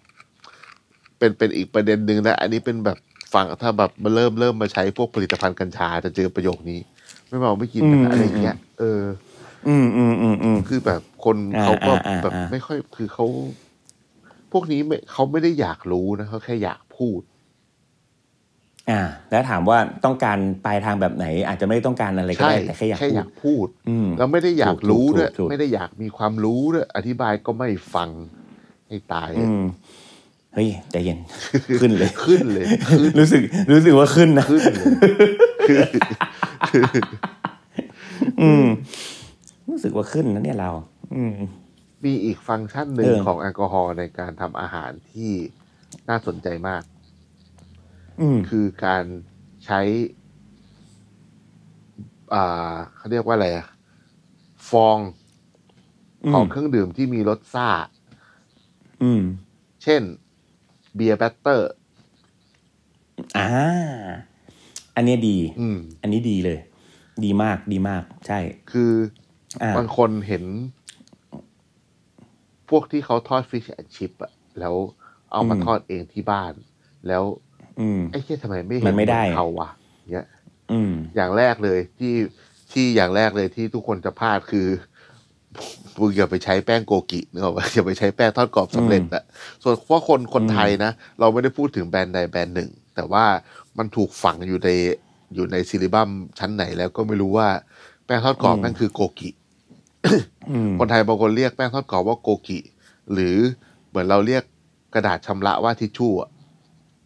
Speaker 2: เป็นเป็นอีกประเด็นหนึ่งนะอันนี้เป็นแบบฝั่งถ้าแบบมาเริ่มเริ่มมาใช้พวกผลิตภัณฑ์กัญชาจะเจอประโยคนี้ ไม่เมาไม่กินนะคะอะไรอย่างเงี้ยเออ
Speaker 3: อืมอืมอืมอืม
Speaker 2: คือแบบคนเขาก็
Speaker 3: อ่าอ่าอ่า
Speaker 2: แบบ
Speaker 3: อ่า
Speaker 2: ไม่ค่อยคือเขา พวกนี้ไม่เขาไม่ได้อยากรู้นะเขาแค่อยากพูด
Speaker 3: อ่า แล้วถามว่าต้องการปลายทางแบบไหน อาจจะไม่ได้ต้องการอะไรก็
Speaker 2: ใช่
Speaker 3: ได้แต่แค่อยาก
Speaker 2: แค่
Speaker 3: พู
Speaker 2: อ
Speaker 3: ด
Speaker 2: ยากพูด
Speaker 3: อืม
Speaker 2: แล้วไม่ได้อยาก
Speaker 3: ถูก
Speaker 2: รู้ด้วย
Speaker 3: ถูกถูก
Speaker 2: ไม่ได้อยากมีความรู้ด้วยอธิบายก็ไม่ฟังให้ตาย
Speaker 3: อืมเฮ้ยใจเย็น ขึ้นเลย
Speaker 2: ขึ้น เลย ขึ้น
Speaker 3: รู้สึกรู้สึกว่าขึ้นนะ
Speaker 2: ขึ้นเลยคือ
Speaker 3: อืม รู้สึกว่าขึ้นนะเนี่ยเรา อืม
Speaker 2: มีอีกฟังก์ชันหนึ่ง
Speaker 3: เออ
Speaker 2: ของแอลกอฮอล์ในการทำอาหารที่น่าสนใจมาก
Speaker 3: อืม
Speaker 2: คือการใช้ อ่าเขาเรียกว่าอะไรอะฟองของเครื่องดื่มที่มีรสซ่า
Speaker 3: อืม
Speaker 2: เช่น เบียร์แบตเตอร์
Speaker 3: อ่า อันเนี้ยดี
Speaker 2: อืม
Speaker 3: อันนี้ดีเลย ดีมากดีมาก ใช่
Speaker 2: คือ
Speaker 3: อ่า
Speaker 2: บางคนเห็น พวกที่เขาทอดฟิชแอนชิปอะแล้วเอามา
Speaker 3: อืม
Speaker 2: ทอดเองที่บ้าน แล้ว
Speaker 3: อืม
Speaker 2: ไอ้เชี่ยทำไมไม่เห็น
Speaker 3: มันไม่ได้
Speaker 2: เหอเขาวะเนี่ย
Speaker 3: อืม
Speaker 2: อย่างแรกเลยที่ที่อย่างแรกเลยที่ทุกคนจะพลาดคือ มึงอย่าไปใช้แป้งโกกิเนกอะปะอย่าไปใช้แป้งทอดกรอบสำเร็จอะส่วนว่าคนคนไทยนะ เราไม่ได้พูดถึงแบรนด์ใดแบรนด์หนึ่ง แต่ว่ามันถูกฝังอยู่ในอยู่ในซิลิบัมชั้นไหนแล้วก็ไม่รู้ว่าแป้งทอดกรอบนั่นคือโกกิ
Speaker 3: อืม
Speaker 2: คนไทยบางคนเรียกแป้งทอดกรอบว่าโกกิ หรือเหมือนเราเรียกกระดาษชำระว่าทิชชู่อะ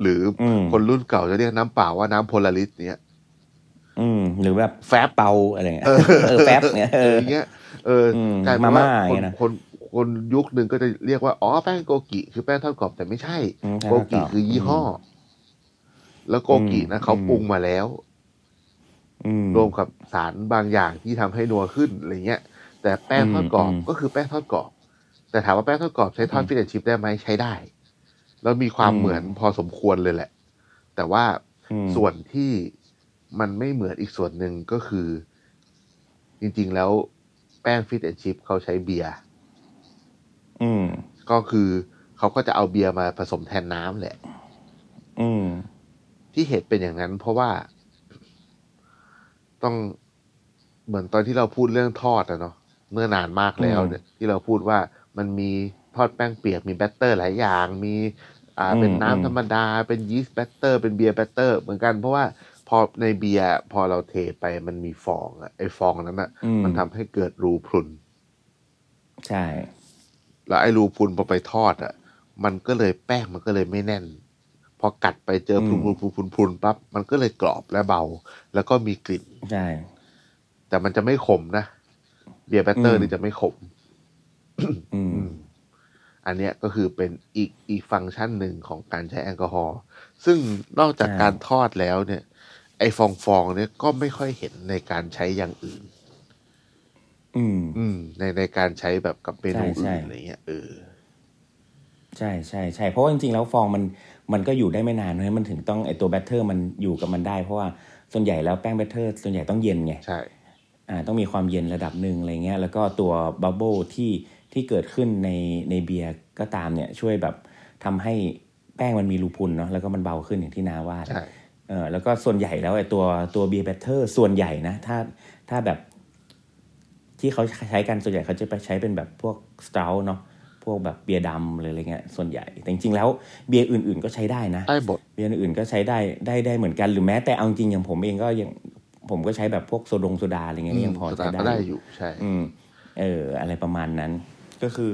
Speaker 2: หรืออ
Speaker 3: ม
Speaker 2: คนรุ่นเก่าจะเรียกน้ำเปล่าว่าน้ำโพลาริสเนี่ย
Speaker 3: อืม หรือแบบ
Speaker 2: แฟบ
Speaker 3: เปาอะไรเงี้ย เออแฟบเนี่ยเออ
Speaker 2: ย่างเงี้ยเอออ
Speaker 3: ม
Speaker 2: กลายเป็นว่า
Speaker 3: มาม่าอ
Speaker 2: ค
Speaker 3: ย่าง
Speaker 2: น
Speaker 3: เงี้ยนะ
Speaker 2: คนคนยุคหนึ่งก็จะเรียกว่า อ๋อแป้งโกกิ คือแป้งทอดกรอบแต่ไม่ใช่
Speaker 3: อืมแป้ง
Speaker 2: โก
Speaker 3: ทอดกร
Speaker 2: กิ
Speaker 3: อบ
Speaker 2: คือยี่ห้ออแล้วโกกินะ
Speaker 3: อืม
Speaker 2: เขาปรุงมาแล้ว
Speaker 3: อืม
Speaker 2: รวมกับสารบางอย่างที่ทำให้นัวขึ้นอะไรเงี้ย แต่แป้งทอดกรอบ
Speaker 3: อืม
Speaker 2: ก็คือแป้งทอดกรอบ แต่ถามว่าแป้งทอดกรอบใช้ทอดฟิชแอนชิพได้ไหมใช้ได้ แล้วมีความเหมือนพอสมควรเลยแหละ แต่ว่า
Speaker 3: อืม
Speaker 2: ส่วนที่มันไม่เหมือนอีกส่วนหนึ่งก็คือ จริง ๆ แล้วแป้งฟิชแอนชิพเขาใช้เบียร์
Speaker 3: อืม
Speaker 2: ก็คือเขาก็จะเอาเบียร์มาผสมแทนน้ำแหละ
Speaker 3: อืม
Speaker 2: ที่เหตุเป็นอย่างนั้น เพราะว่า ต้องเหมือนตอนที่เราพูดเรื่องทอดอะเนาะเมื่อนานมากแล้วเนี่ยที่เราพูดว่ามันมี ทอดแป้งเปียกมีแบตเตอร์หลายอย่าง มีอ่า
Speaker 3: อืม
Speaker 2: เป็นน้ำ
Speaker 3: อืม
Speaker 2: ธรรมดา เป็นยีสต์แบตเตอร์ เป็นเบียร์แบตเตอร์ เหมือนกันเพราะว่าพอในเบียร์พอเราเทไปมันมีฟองอะไอฟองนั้นอะ
Speaker 3: อื
Speaker 2: มันทำให้เกิดรูพรุน
Speaker 3: ใช่
Speaker 2: แล้วไอ้รูพรุนพอไปทอดอ่ะ มันก็เลยแป้งมันก็เลยไม่แน่น พอกัดไปเจอพรุนพ
Speaker 3: อื
Speaker 2: รุ
Speaker 3: ม
Speaker 2: นพรุนพรุนพรุนปั๊บมันก็เลยกรอบและเบา แล้วก็มีกลิ่น
Speaker 3: ใช่
Speaker 2: แต่มันจะไม่ขมนะเบียร์แบตเตอร์
Speaker 3: อืม
Speaker 2: นี่จะไม่ขม
Speaker 3: อืม
Speaker 2: อันเนี้ยก็คือเป็นอีกอีกฟังก์ชันหนึ่งของการใช้แอลกอฮอล์ซึ่งนอกจาก
Speaker 3: ใช่
Speaker 2: การทอดแล้วเนี่ย ไอ้ฟองฟองๆเนี่ยก็ไม่ค่อยเห็นในการใช้อย่างอื่น
Speaker 3: อืม
Speaker 2: อืม ในในการใช้แบบกับเมนู
Speaker 3: ใช่ใช่
Speaker 2: อื่นอะไรเงี้ยเออ
Speaker 3: ใช่ใช่ใช่เพราะว่าจริงๆ แล้วฟองมันมันก็อยู่ได้ไม่นานเพราะฉะนั้นมันถึงต้องไอตัวแบตเตอร์มันอยู่กับมันได้ เพราะว่าส่วนใหญ่แล้วแป้งแบตเตอร์ส่วนใหญ่ต้องเย็นไง
Speaker 2: ใช่
Speaker 3: อ่าต้องมีความเย็นระดับหนึ่งอะไรเงี้ยแล้วก็ตัวบับเบิลที่ที่เกิดขึ้นในในเบียร์ก็ตามเนี่ยช่วยแบบทำให้แป้งมันมีรูพุนเนาะแล้วก็มันเบาขึ้นอย่างที่นาว่า
Speaker 2: ใช่
Speaker 3: เออแล้วก็ส่วนใหญ่แล้วไอ้ตัวตัวเบียร์แบตเตอร์ส่วนใหญ่นะถ้าถ้าแบบ ที่เขาใช้กันส่วนใหญ่เขาจะไปใช้เป็นแบบพวกสตร u เนาะพวกแบบเบียร์ดำหรืออะไรเงี้ยส่วนใหญ่ แต่จริงๆแล้วเบียร์อื่น ๆ ก็ใช้ได้นะ
Speaker 2: ใต้บท
Speaker 3: เบียร์อื่นก็ใช้ได้ได้ได้เหมือนกันหรือแม้แต่เอาจริงอย่างผมเองก็ยังผมก็ใช้แบบพวกโซดงโซดาอะไรเงี้ยก็ยังพอ
Speaker 2: ส
Speaker 3: ใช้
Speaker 2: ตาร์
Speaker 3: ได้
Speaker 2: ก็ได้อยู่ใช่
Speaker 3: อืมเออ อะไรประมาณนั้น ก็คือ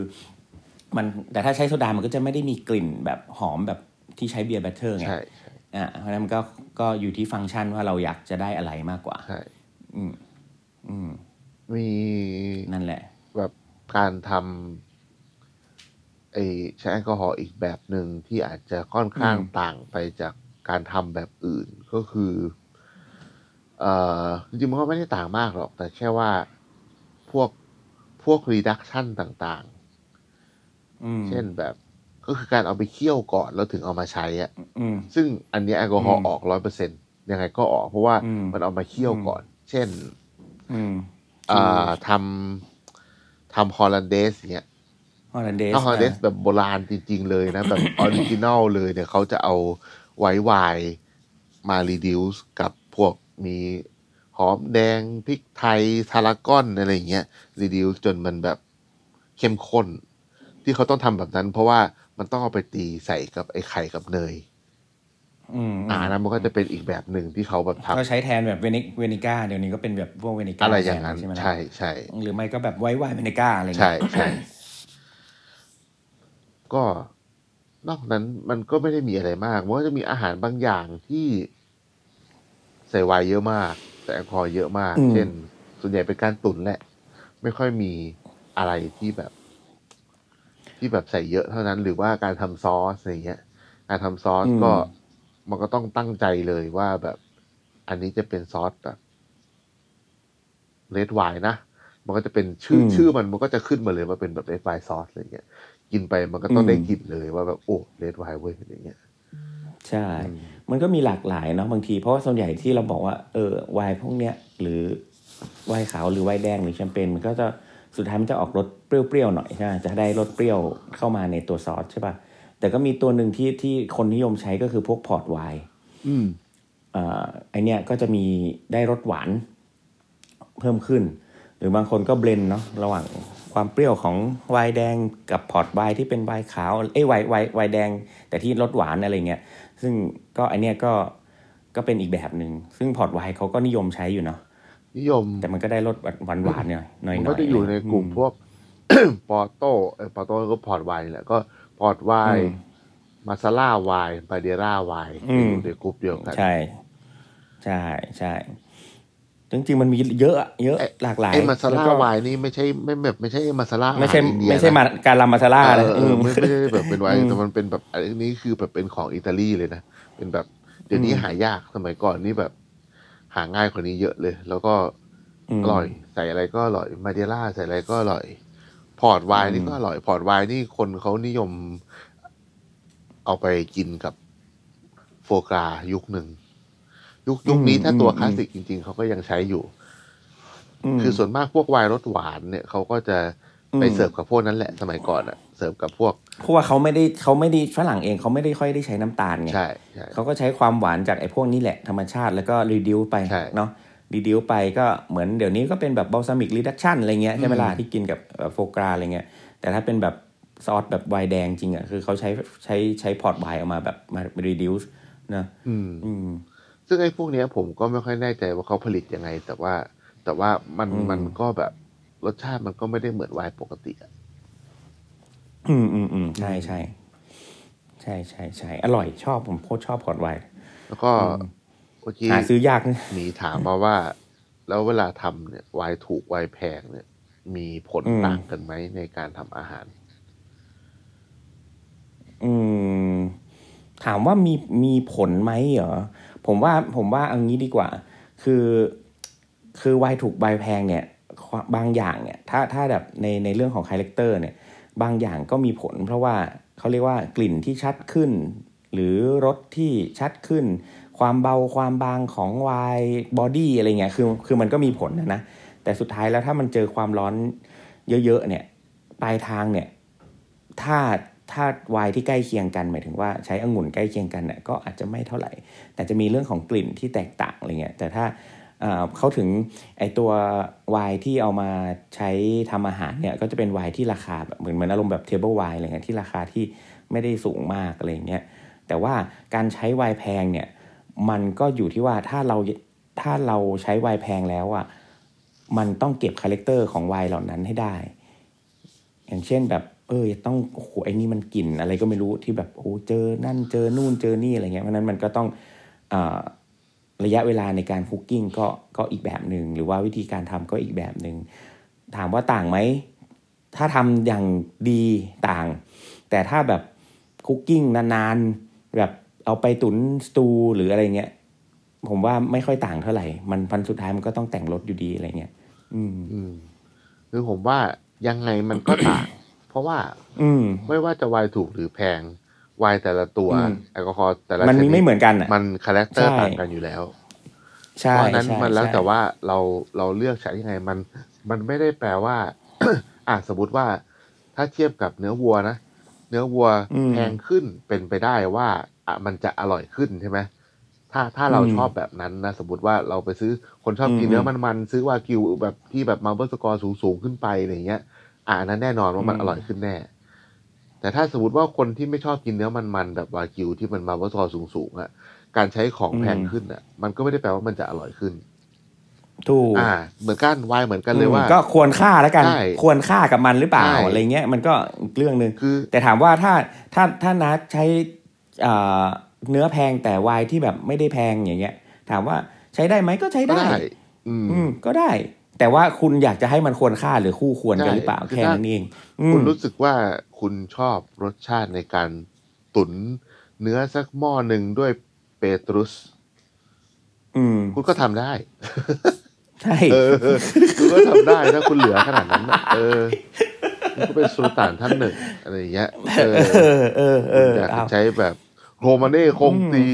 Speaker 3: มันแต่ถ้าใช้โซดามันก็จะไม่ได้มีกลิ่นแบบหอมแบบที่ใช้เบียร์แบตเตอร์ไง
Speaker 2: ใช่
Speaker 3: อ่าเพราะฉะนั้นมันก็ก็อยู่ที่ฟังก์ชันว่าเราอยากจะได้อะไรมากกว่า
Speaker 2: ใช่
Speaker 3: อืม อืม
Speaker 2: มี
Speaker 3: นั่นแหละ
Speaker 2: แบบการทำไอใช้แอลกอฮอล์อีกแบบหนึ่งที่อาจจะค่อนข้าง
Speaker 3: อืม
Speaker 2: ต่างไปจากการทำแบบอื่นก็คือ เอ่อจริงๆมันก็ไม่ได้ต่างมากหรอก แต่แค่ว่าพวกพวกรีดักชันต่าง
Speaker 3: อืม
Speaker 2: ๆ เช่นแบบ ก็คือการเอาไปเคี่ยวก่อนแล้วถึงเอามาใช้อะ
Speaker 3: อืม
Speaker 2: ซึ่งอันเนี้ยแอลกอฮอล์
Speaker 3: อืม
Speaker 2: ออกร้อยเปอร์เซ็นยังไงก็ออกเพราะว่า
Speaker 3: อืม
Speaker 2: มันเอามาเคี่ยวก่อน เช่น
Speaker 3: อืม
Speaker 2: อ่าทำทำฮอลันเดสเงี้ย
Speaker 3: ฮอลันเดส
Speaker 2: ถ้าฮอลันเดสแบบโบราณจริง ๆ เลยนะ แบบ ออริจินัลเลยเนี่ยเขาจะเอาไวน์ไวน์มารีดิวส์กับพวกมีหอมแดงพริกไทยทารากอนอะไรอย่างเงี้ยรีดิวส์จนมันแบบเข้มข้น ที่เขาต้องทำแบบนั้น เพราะว่ามันต้องเอาไปตีใส่กับไอ้ไข่กับเนย
Speaker 3: อืม
Speaker 2: อ่านะมันก็จะเป็นอีกแบบหนึ่งที่เขาแบบทำ
Speaker 3: ก็ใช้แทนแบบเวนิเวนิก้าเดี๋ยวนี้ก็เป็นแบบพวกเวนิก้า
Speaker 2: อะไรอย่างนั้น
Speaker 3: ใช่ไหมล่ะ
Speaker 2: ใช่ใช่
Speaker 3: หรือไม่ก็แบบไว้ไวเมนิก้าอะไร
Speaker 2: ใช่
Speaker 3: เงี้ย
Speaker 2: ใช่ ก็นอกนั้นมันก็ไม่ได้มีอะไรมาก มันก็จะมีอาหารบางอย่างที่ใส่ไวน์เยอะมาก แต่แอลกอฮอล์เยอะมาก เช่น ส่วนใหญ่เป็นการตุนแหละ ไม่ค่อยมีอะไรที่แบบ ที่แบบใส่เยอะเท่านั้น หรือว่าการทำซอสอะไรเงี้ยการทำซอสก็มันก็ต้องตั้งใจเลยว่าแบบ อันนี้จะเป็นซอสแบบเลดไวน์นะ มันก็จะเป็นชื่ออ
Speaker 3: ม
Speaker 2: ชื่อมันมันก็จะขึ้นมาเลยว่าเป็นแบบเลดไวน์ซอสอะไรเงี้ย กินไปมันก็ต้อง
Speaker 3: อืม
Speaker 2: ได้กลิ่นเลยว่าแบบโอ้เลดไวน์เว้ยอะไรเงี้ย
Speaker 3: ใช่ มันก็มีหลากหลายเนาะบางที เพราะว่าส่วนใหญ่ที่เราบอกว่าเออไวน์พวกเนี้ยหรือไวน์ขาวหรือไวน์แดงหรือแชมเปญมันก็จะสุดท้ายมันจะออกรสเปรี้ยวๆหน่อยใช่ไหมจะได้รสเปรี้ยวเข้ามาในตัวซอสใช่ป่ะแต่ก็มีตัวหนึ่งที่ที่คนนิยมใช้ก็คือพวกพอร์ตไวน์
Speaker 2: อืม
Speaker 3: เอ่อไอเนี้ยก็จะมีได้รสหวานเพิ่มขึ้น หรือบางคนก็เบลนด์เนาะระหว่างความเปรี้ยวของไวน์แดงกับพอร์ตไวน์ที่เป็นไวน์ขาวเอ้ยไวน์ไวน์ไวน์แดง แต่ที่รสหวานอะไรเงี้ยซึ่งก็ไอเนี้ยก็ก็เป็นอีกแบบหนึ่งซึ่งพอร์ตไวน์เขาก็นิยมใช้อยู่เนาะ
Speaker 2: นิยม
Speaker 3: แต่มันก็ได้รสหวานหวานๆหน่อยหน่อย
Speaker 2: มัน
Speaker 3: ๆ
Speaker 2: ก็จะอยู่ในกลุ่มพวก ปอร์โต้เอ่อปอร์โต้ก็พอร์ตไวน์แหละก็พอร์ตไวน์มาซาร่าไวน์บาเดร่าไวน์อยู่ในกลุ่มเดียวกัน
Speaker 3: ใช่ ใช่ใช่จริงๆมันมีเยอะอะเยอะหลากหลาย
Speaker 2: ไอ้มาซาร่า
Speaker 3: แวก็
Speaker 2: ไวน์นี่ไม่ใช่ไม่แบบไม่ใช่มาซาร่า
Speaker 3: ไม่ใช่
Speaker 2: อาหารอินเดีย
Speaker 3: ไม่ใช่
Speaker 2: นะ
Speaker 3: มาการลามาซาร่า
Speaker 2: เอ
Speaker 3: นะ
Speaker 2: อเอ
Speaker 3: อื
Speaker 2: อ
Speaker 3: ม
Speaker 2: ไม่ไม่ได้แบบเป็นไว น์
Speaker 3: อืม
Speaker 2: แต่มันเป็นแบบอันนี้คือแบบเป็นของอิตาลีเลยนะ เป็นแบบเดี๋ยวนี้
Speaker 3: อืม
Speaker 2: หายากสมัยก่อนนี่แบบ หาง่ายกว่านี้เยอะเลย แล้วก็
Speaker 3: อืม
Speaker 2: อร่อยใส่อะไรก็อร่อยมาเดล่าใส่อะไรก็อร่อย พอร์ตไวน์นี่ก็อร่อย พอร์ตไวน์นี่คนเขานิยม เอาไปกินกับโฟกรายุคหนึ่ง ยุคยุคนี้
Speaker 3: อืม
Speaker 2: ถ้าตัว
Speaker 3: อืม
Speaker 2: คลาสสิกจริง ๆเขาก็ยังใช้อยู่
Speaker 3: ม
Speaker 2: คือส่วนมากพวกไวน์รสหวานเนี่ยเขาก็จะไป
Speaker 3: อืม
Speaker 2: เสิร์ฟกับพวกนั้นแหละสมัยก่อนอะเสิร์ฟกับพวก
Speaker 3: เพราะว่าเขาไม่ได้เขาไม่ได้ฝรั่งเองเขาไม่ได้ค่อยได้ใช้น้ำตาลไง
Speaker 2: ใช่ใช่
Speaker 3: เขาก็ใช้ความหวานจากไอ้พวกนี้แหละธรรมชาติแล้วก็รีดิวไป
Speaker 2: ใช่
Speaker 3: เนาะรีดิวไปก็เหมือนเดี๋ยวนี้ก็เป็นแบบบัลซามิกรีดักชันอะไรเงี้ยใช่ไหมล่ะที่กินกับโฟกราอะไรเงี้ยแต่ถ้าเป็นแบบ ซอสแบบไวน์แดงจริงอะ่ะคือเขาใช้ใช้ใช้พอร์ตไวน์ออกมาแบบมา reduce นะ
Speaker 2: อืม
Speaker 3: อืม
Speaker 2: ซึ่งไอ้พวกเนี้ยผมก็ไม่ค่อยแน่ใจว่าเขาผลิตยังไง แต่ว่า แต่ว่ามัน
Speaker 3: อืม
Speaker 2: มันก็แบบรสชาติมันก็ไม่ได้เหมือนไวน์ปกติอะ
Speaker 3: อืมอืมอืมใช่ใช่ใช่ใช่ใช่อร่อยชอบผมโคตรชอบพอร์ตไวน์
Speaker 2: แล้วก็เมื่อกี้
Speaker 3: หาซื้อยากนะ
Speaker 2: หมีถามมาว่า แล้วเวลาทำเนี่ยไวน์ถูกไวน์แพงเนี่ย มีผล
Speaker 3: อืม
Speaker 2: ต่างกันไหมในการทำอาหาร
Speaker 3: อืมถามว่ามีมีผลไหมเหรอผมว่าผมว่าเอางี้ดีกว่า คือ คือวัยถูกวัยแพงเนี่ยความบางอย่างเนี่ย ถ้าถ้าแบบในในเรื่องของคาแรคเตอร์เนี่ย บางอย่างก็มีผล เพราะว่าเขาเรียกว่ากลิ่นที่ชัดขึ้น หรือรสที่ชัดขึ้น ความเบาความบางของวายบอดี้อะไรเงี้ยคือคือมันก็มีผลนะนะแต่สุดท้ายแล้วถ้ามันเจอความร้อนเยอะๆเนี่ยปลายทางเนี่ย ถ้าถ้าวายที่ใกล้เคียงกันหมายถึงว่าใช้องุ่นใกล้เคียงกันน่ะก็อาจจะไม่เท่าไหร่ แต่จะมีเรื่องของกลิ่นที่แตกต่างอะไรเงี้ยแต่ถ้าเอ่อเขาถึงไอตัววายที่เอามาใช้ทำอาหารเนี่ยก็จะเป็นวายที่ราคาแบบเหมือนเหมือนอารมณ์แบบเทเบิลวายอะไรเงี้ยที่ราคาที่ไม่ได้สูงมากอะไรเงี้ยแต่ว่าการใช้วายแพงเนี่ยมันก็อยู่ที่ว่าถ้าเราถ้าเราใช้วายแพงแล้วอ่ะมันต้องเก็บคาแรคเตอร์ของวายเหล่านั้นให้ได้ อย่างเช่นแบบ เออต้องโอ้โหไอ้นี่มันกลิ่นอะไรก็ไม่รู้ที่แบบโอ้เจอนั่นเจอนู่นเจอนี่อะไรเงี้ยเพราะฉะนั้นมันก็ต้องอาระยะเวลาในการคุกกิ้งก็ก็อีกแบบหนึ่งหรือว่าวิธีการทำก็อีกแบบหนึ่งถามว่าต่างไหม ถ้าทำอย่างดีต่าง แต่ถ้าแบบคุกกิ้งนานๆ แบบเอาไปตุนสตูหรืออะไรเงี้ยผมว่าไม่ค่อยต่างเท่าไหร่ มันพันสุดท้ายมันก็ต้องแต่งรสอยู่ดีอะไรเงี้ยอืม
Speaker 2: อืมคือผมว่ายังไงมันก็ต่าง เพราะว่า
Speaker 3: อืม
Speaker 2: ไม่ว่าจะไวน์ถูกหรือแพงไวน์แต่ละตัว
Speaker 3: อืม
Speaker 2: แอลกอฮอล์แต่ละ
Speaker 3: มัน
Speaker 2: ช
Speaker 3: มี
Speaker 2: ด
Speaker 3: ไม่เหมือนกันอ่ะ
Speaker 2: มันคาแรคเตอร์
Speaker 3: ใช่
Speaker 2: ต่างกันอยู่แล้ว
Speaker 3: ใช่
Speaker 2: เพราะฉะนั้น
Speaker 3: ใช่
Speaker 2: มันแล้ว
Speaker 3: ใช่
Speaker 2: แต่ว่าเราเราเลือกใช้ยังไงมัน มันไม่ได้แปลว่า อ่ะสมมติว่า ถ้าเทียบกับเนื้อวัวนะเนื้อวัว
Speaker 3: อืม
Speaker 2: แพงขึ้นเป็นไปได้ว่าอ่ะมันจะอร่อยขึ้นใช่ไหมถ้าถ้าเรา
Speaker 3: อืม
Speaker 2: ชอบแบบนั้นนะสมมติว่าเราไปซื้อคนชอบกิน
Speaker 3: อืม
Speaker 2: เนื้อมันๆซื้อวากิวแบบที่แบบมาเบอร์สกอร์สูงๆขึ้นไปอะไรอย่างเงี้ยอ่ะอันนั้นแน่นอนว่ามัน
Speaker 3: อืม
Speaker 2: อร่อยขึ้นแน่ แต่ถ้าสมมติว่าคนที่ไม่ชอบกินเนื้อมันๆแบบวากิวที่มันมาเบอร์สกอร์สูงๆอะการใช้ของแพง
Speaker 3: อืม
Speaker 2: ขึ้นอะมันก็ไม่ได้แปลว่ามันจะอร่อยขึ้น
Speaker 3: ถูก
Speaker 2: อ่าเหมือนกันวายเหมือนกันเลย
Speaker 3: อืม
Speaker 2: ว่า
Speaker 3: ก็ควรค่าแล้วกัน
Speaker 2: ใช่
Speaker 3: ควรค่ากับมันหรือเปล่า
Speaker 2: ใช่
Speaker 3: อะไรเงี้ยมันก็อีกเรื่องหนึ่ง
Speaker 2: คือ
Speaker 3: แต่ถามว่าถ้าถ้าถ้านัดใช้อ่าเนื้อแพงแต่ไวายที่แบบไม่ได้แพงอย่างเงี้ย ถามว่าใช้ได้ไหมก็ใช้
Speaker 2: ก็
Speaker 3: ได้
Speaker 2: ได้ อืม
Speaker 3: อืมก็ได้ แต่ว่าคุณอยากจะให้มันควรค่าหรือคู่ควรกันหรือเปล่าแค่นั้นเองอืม
Speaker 2: คุณรู้สึกว่าคุณชอบรสชาติในการตุ๋นเนื้อสักหม้อหนึ่งด้วยเปตรุส
Speaker 3: อืม
Speaker 2: คุณก็ทำได้
Speaker 3: ใช่
Speaker 2: เออ คุณก็ทำได้ถ้าคุณเหลือขนาดนั้นน่ะเออคุณก็เป็นสุลต่านท่านหนึ่งอะไรอย่างเงี้ยเออ
Speaker 3: เออเออเอ
Speaker 2: คุณ
Speaker 3: อ
Speaker 2: อยาก
Speaker 3: เอา
Speaker 2: จะใช้แบบโรมาเน่คงตี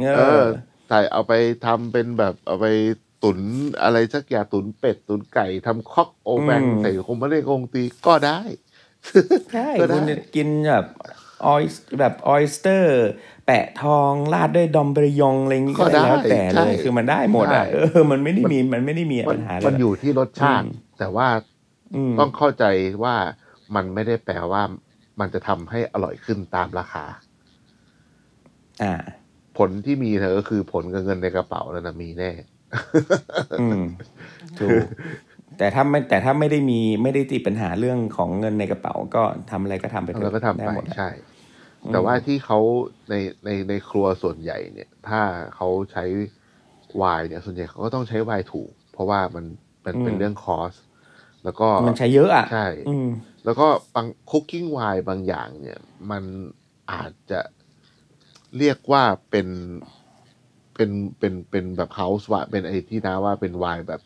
Speaker 3: เอ
Speaker 2: เอ
Speaker 3: อ
Speaker 2: อใส่เอาไปทำเป็นแบบเอาไปตุนอะไรสักอย่างตุนเป็ด ตุนไก่ทำคอกโอแบง
Speaker 3: อืม
Speaker 2: ใส่คงไม่ได้คงตีก็ได้
Speaker 3: ใช่
Speaker 2: ก็ได้
Speaker 3: คุณจะกินแบบออยแบบออยสเตอร์ แปะทองราดด้วยดอมเบรยองอะไรอย่างงี้ก็
Speaker 2: ก็ได้
Speaker 3: แล้วแต่
Speaker 2: ใช่
Speaker 3: เลยคือมันได้หมดอ่ะ
Speaker 2: ใช่
Speaker 3: เออมันไม่ได้มีมันไม่ได้มี
Speaker 2: มั
Speaker 3: ปัญหาเล
Speaker 2: มั
Speaker 3: ย
Speaker 2: น
Speaker 3: นะ
Speaker 2: อยู่ที่รสชาติ
Speaker 3: อืม
Speaker 2: แต่ว่า
Speaker 3: อืม
Speaker 2: ต้องเข้าใจว่ามันไม่ได้แปลว่า มันจะทำให้อร่อยขึ้นตามราคา
Speaker 3: อ่า
Speaker 2: ผลที่มีเธอก็คือผลกับเงินในกระเป๋าแล้วนะมีแน่
Speaker 3: อืม ถูกแต่ถ้าไม่แต่ถ้าไม่ได้มีไม่ได้ติดปัญหาเรื่องของเงินในกระเป๋าก็ทำอะไรก็ทำไปเถอะ
Speaker 2: แล้วก็ทำ
Speaker 3: ได้
Speaker 2: ไป
Speaker 3: หมดอะ
Speaker 2: ใช่ แต่ว่าที่เขาในในในครัวส่วนใหญ่เนี่ย ถ้าเขาใช้ไวน์เนี่ย ส่วนใหญ่เขาก็ต้องใช้ไวน์ถูก เพราะว่ามันมันเป็นเรื่องคอส แล้วก็
Speaker 3: มันใช้เยอะอ่ะ
Speaker 2: ใช่
Speaker 3: อืม
Speaker 2: แล้วก็บางคุกกิ้งไวน์บางอย่างเนี่ย มันอาจจะเรียกว่าเป็นเป็นเป็นเป็นแบบเฮาส์วะเป็นไอที่น้าว่าเป็นไวน์แบบ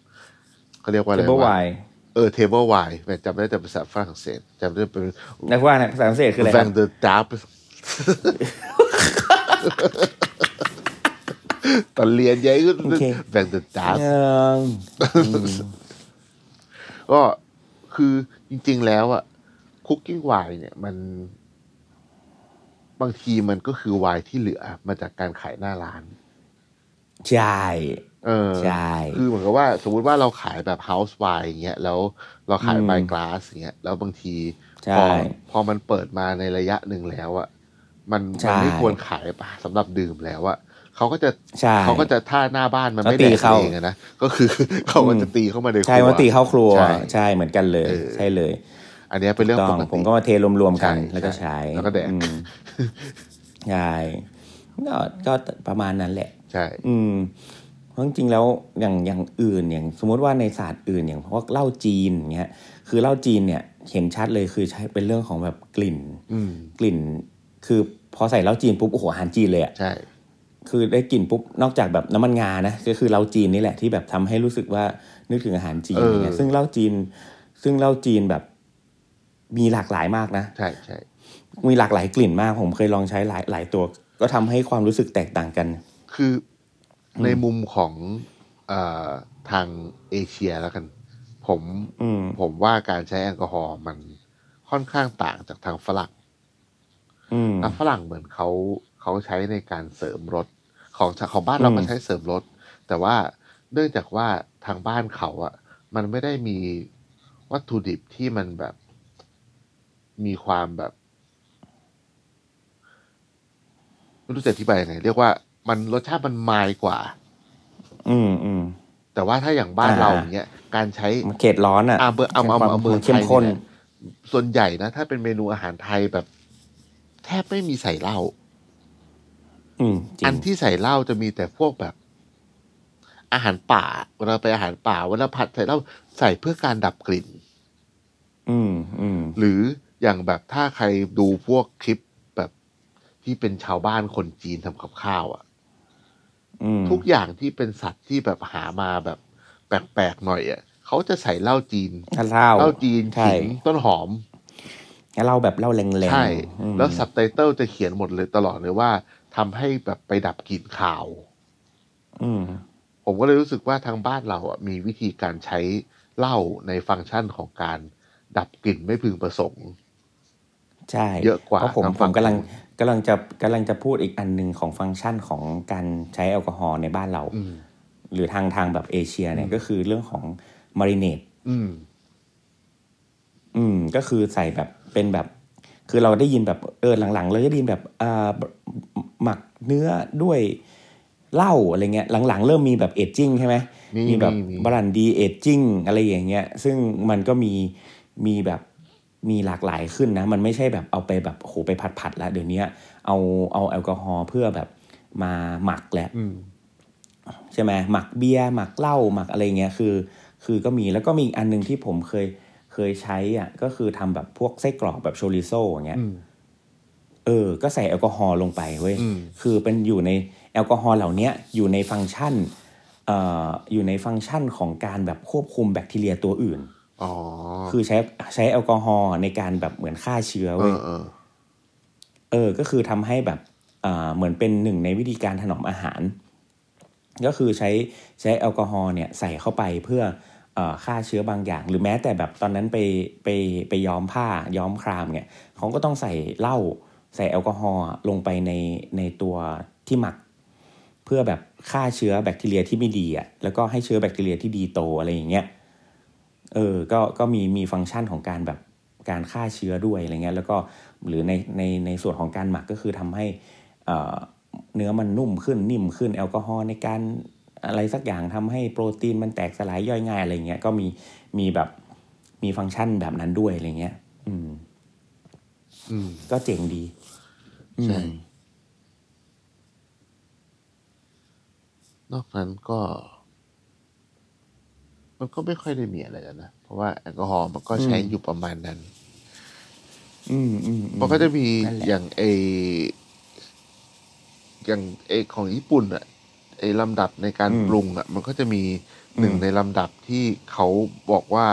Speaker 2: เขาเรียกว่าอะไร
Speaker 3: table
Speaker 2: วะ
Speaker 3: wine
Speaker 2: เออเทเบิลไวน์จำได้แต่ภาษาฝรั่งเศสจำได้เป็น
Speaker 3: นักว่านะภาษาฝรั่งเศสคืออะไร
Speaker 2: แว
Speaker 3: ครับ
Speaker 2: งเดอร์ดั บตอนเรียนยัยก็แวงเดอร์ดับ
Speaker 3: เอิ่ม
Speaker 2: ก็คือจริง ๆ แล้วอะคุกกิ้งไวน์เนี่ย มัน บางทีมันก็คือไวน์ที่เหลือมาจากการขายหน้าร้าน
Speaker 3: ใช่
Speaker 2: เออ
Speaker 3: ใช่
Speaker 2: คือเหมือนกับว่า สมมุติว่าเราขายแบบ house wine อย่างเงี้ยแล้วเราขายไวน์กลาสอย่างเงี้ยแล้วบางที
Speaker 3: ใช่
Speaker 2: พอพอมันเปิดมาในระยะหนึ่งแล้วอะมัน
Speaker 3: ใช่
Speaker 2: มันไม่ควรขายสำหรับดื่มแล้วอะเขาก็จะ
Speaker 3: ใช่
Speaker 2: เขาก็จะท่าหน้าบ้านมัน
Speaker 3: เขา
Speaker 2: ไม่แด
Speaker 3: ตี
Speaker 2: ก
Speaker 3: เข้า
Speaker 2: เองอะนะก็คือ เขาก็
Speaker 3: อืม
Speaker 2: จะตีเข้ามาในค
Speaker 3: ใช่
Speaker 2: รัว
Speaker 3: ว่าตีเข้าครัว
Speaker 2: ใช่
Speaker 3: ใช่เหมือนกันเลย
Speaker 2: เออ
Speaker 3: ใช่เลย
Speaker 2: อันเนี้ยเป็นเรื่อง
Speaker 3: ต้
Speaker 2: ป
Speaker 3: องผ
Speaker 2: กติ
Speaker 3: มก็มาเทรวมๆกัน
Speaker 2: ใช่
Speaker 3: แล้วก็
Speaker 2: ใช่
Speaker 3: ใช้
Speaker 2: แล้วก็แดก
Speaker 3: อืมใช่ก็ก็ประมาณนั้นแหละ
Speaker 2: ใช่
Speaker 3: อืมเพราะจริงๆแล้วอย่างอย่างอื่นอย่างสมมติว่าในศาสตร์อื่นอย่างพวกเหล้าจีนอย่างเงี้ยคือเหล้าจีนเนี่ยเห็นชัดเลยคือใช้เป็นเรื่องของแบบกลิ่น
Speaker 2: อืม
Speaker 3: กลิ่น คือพอใส่เหล้าจีนปุ๊บโอ้โหอาหารจีนเลยอะ
Speaker 2: ใช่
Speaker 3: คือได้กลิ่นปุ๊บนอกจากแบบน้ำมันงานะก็คือเหล้าจีนนี่แหละที่แบบทำให้รู้สึกว่านึกถึงอาหารจีน
Speaker 2: เอออ
Speaker 3: ย่างเงี้ยซึ่งเหล้าจีน ซึ่งเหล้าจีนแบบมีหลากหลายมากนะ
Speaker 2: ใช่ใช่
Speaker 3: มีหลากหลายกลิ่นมากผมเคยลองใช้หลายหลายตัว ก็ทำให้ความรู้สึกแตกต่างกัน
Speaker 2: คืออในมุมของเอ่อทางเอเชียแล้วกัน ผม
Speaker 3: อืม
Speaker 2: ผมว่าการใช้แอลกอฮอล์มันค่อนข้างต่างจากทางฝรั่ง
Speaker 3: อืม
Speaker 2: นะฝรั่งเหมือนเขาเขาใช้ในการเสริมรสของของบ้านเรา
Speaker 3: อืม
Speaker 2: ก็ใช้เสริมรสแต่ว่าเนื่องจากว่าทางบ้านเขาอะมันไม่ได้มีวัตถุดิบที่มันแบบ มีความแบบไม่รู้จะอธิบายยังไงเรียกว่ามันรสชาติมันมายกว่า
Speaker 3: อืมอืม
Speaker 2: แต่ว่าถ้าอย่างบ้านเรา
Speaker 3: อ่า
Speaker 2: อย่างเงี้ยการใช้
Speaker 3: มันเขตร้อนอ่ะ
Speaker 2: อาเบอร์เอาเอาเอาเบอร์ไท
Speaker 3: เข้
Speaker 2: ย
Speaker 3: มข้น
Speaker 2: เนี่ยส่วนใหญ่นะ ถ้าเป็นเมนูอาหารไทยแบบ แทบไม่มีใส่เหล้า
Speaker 3: อืมจริ
Speaker 2: อัน
Speaker 3: ง
Speaker 2: ที่ใส่เหล้าจะมีแต่พวกแบบ อาหารป่าเวลาไปอาหารป่าเวลาผัดใส่เหล้าใส่เพื่อการดับกลิ่น
Speaker 3: อืมอืม
Speaker 2: หรืออย่างแบบถ้าใครดูพวกคลิปแบบที่เป็นชาวบ้านคนจีนทำกับข้าวอะ
Speaker 3: อืม
Speaker 2: ทุกอย่างที่เป็นสัตว์ที่แบบหามาแบบแปลกๆหน่อยอะเขาจะใส่เหล้าจีน
Speaker 3: ถ้าเหล้า
Speaker 2: เหล้าจีน
Speaker 3: ใช่
Speaker 2: ขิงต้นหอม
Speaker 3: ถ้าเหล้าแบบเหล้าแรงๆ
Speaker 2: ใช่
Speaker 3: อืม
Speaker 2: แล้วซับไตเติลจะเขียนหมดเลยตลอดเลยว่าทำให้แบบไปดับกลิ่นข่าว
Speaker 3: อืม
Speaker 2: ผมก็เลยรู้สึกว่าทางบ้านเราอ่ะมีวิธีการใช้เหล้าในฟังก์ชันของการดับกลิ่นไม่พึงประสงค์
Speaker 3: ใช่
Speaker 2: เยอะกว่า
Speaker 3: เพราะผม
Speaker 2: ทาง
Speaker 3: ผ
Speaker 2: ฝั่
Speaker 3: ม
Speaker 2: ง
Speaker 3: กำลังกำลังจะกำลังจะพูดอีกอันหนึ่งของฟังก์ชันของการใช้แอลกอฮอล์ในบ้านเรา
Speaker 2: อืม
Speaker 3: หรือทางทางแบบเอเชียเนี่ยก็คือเรื่องของมาริเนต
Speaker 2: อืม
Speaker 3: อืมก็คือใส่แบบเป็นแบบ คือเราได้ยินแบบเออหลังๆเราก็ได้ยินแบบอ่าหมักเนื้อด้วยเหล้าอะไรเงี้ยหลังๆ เริ่มมีแบบเอจจิ้งใช่ไหม
Speaker 2: มี
Speaker 3: แบบ
Speaker 2: มีมี
Speaker 3: บรันดีเอจจิ้งอะไรอย่างเงี้ยซึ่งมันก็มีมีแบบมีหลากหลายขึ้นนะ มันไม่ใช่แบบเอาไปแบบโอ้โหไปผัดๆแล้วเดี๋ยวนี้เอาเอาแอลกอฮอล์เพื่อแบบมาหมักแล้ว
Speaker 2: อืม
Speaker 3: ใช่ไหมหมักเบียร์หมักเหล้าหมักอะไรเงี้ยคือ คือก็มีแล้วก็มีอีกอันหนึงที่ผมเคยเคยใช้อ่ะก็คือทำแบบพวกไส้กรอกแบบโชริโซอย่างเงี้ย
Speaker 2: อืม
Speaker 3: เออก็ใส่แอลกอฮอล์ลงไปเว้ย
Speaker 2: อืม
Speaker 3: คือเป็นอยู่ในแอลกอฮอล์เหล่าเนี้ยอยู่ในฟังก์ชันเอ่ออยู่ในฟังก์ชันของการแบบควบคุมแบคทีเรียตัวอื่น
Speaker 2: อ๋อ
Speaker 3: คือใช้ใช้แอลกอฮอล์ในการแบบเหมือนฆ่าเชื้อ
Speaker 2: เอ
Speaker 3: เว้ย
Speaker 2: อเออ
Speaker 3: เออ ก็คือทำให้แบบเอ่อเหมือนเป็นหนึ่งในวิธีการถนอมอาหาร ก็คือใช้ใช้แอลกอฮอล์เนี่ยใส่เข้าไปเพื่อเอ่อฆ่าเชื้อบางอย่าง หรือแม้แต่แบบตอนนั้นไปไปไปย้อมผ้าย้อมครามเนี่ยเขาก็ต้องใส่เหล้าใส่แอลกอฮอล์ลงไปในในตัวที่หมัก เพื่อแบบฆ่าเชื้อแบคทีเรียที่ไม่ดีอ่ะแล้วก็ให้เชื้อแบคทีเรียที่ดีโตอะไรอย่างเงี้ยเออก็ก็มีมีฟังก์ชันของการแบบการฆ่าเชื้อด้วยอะไรเงี้ยแล้วก็หรือในในในส่วนของการหมักก็คือทำให้เอ่อเนื้อมันนุ่มขึ้นนิ่มขึ้นแอลกอฮอล์ในการอะไรสักอย่างทำให้โปรตีนมันแตกสลายย่อยง่ายอะไรเงี้ยก็มีมีแบบมีฟังก์ชันแบบนั้นด้วยอะไรเงี้ยอืม
Speaker 2: อืม
Speaker 3: ก็เจ๋งดี
Speaker 2: ใช่
Speaker 3: อืม
Speaker 2: นอกนั้นก็ มันก็ไม่ค่อยได้มีอะไรแล้วนะ เพราะว่าแอลกอฮอล์มันก็ใช้อยู่ประมาณนั้น
Speaker 3: อืมอืมอืม
Speaker 2: มันก็จะมี
Speaker 3: นั่นแหละ
Speaker 2: อย่างไออย่างไอของญี่ปุ่นอะไอลำดับในการปรุงอะมันก็จะมีหนึ่งในลำดับที่เขาบอกว่า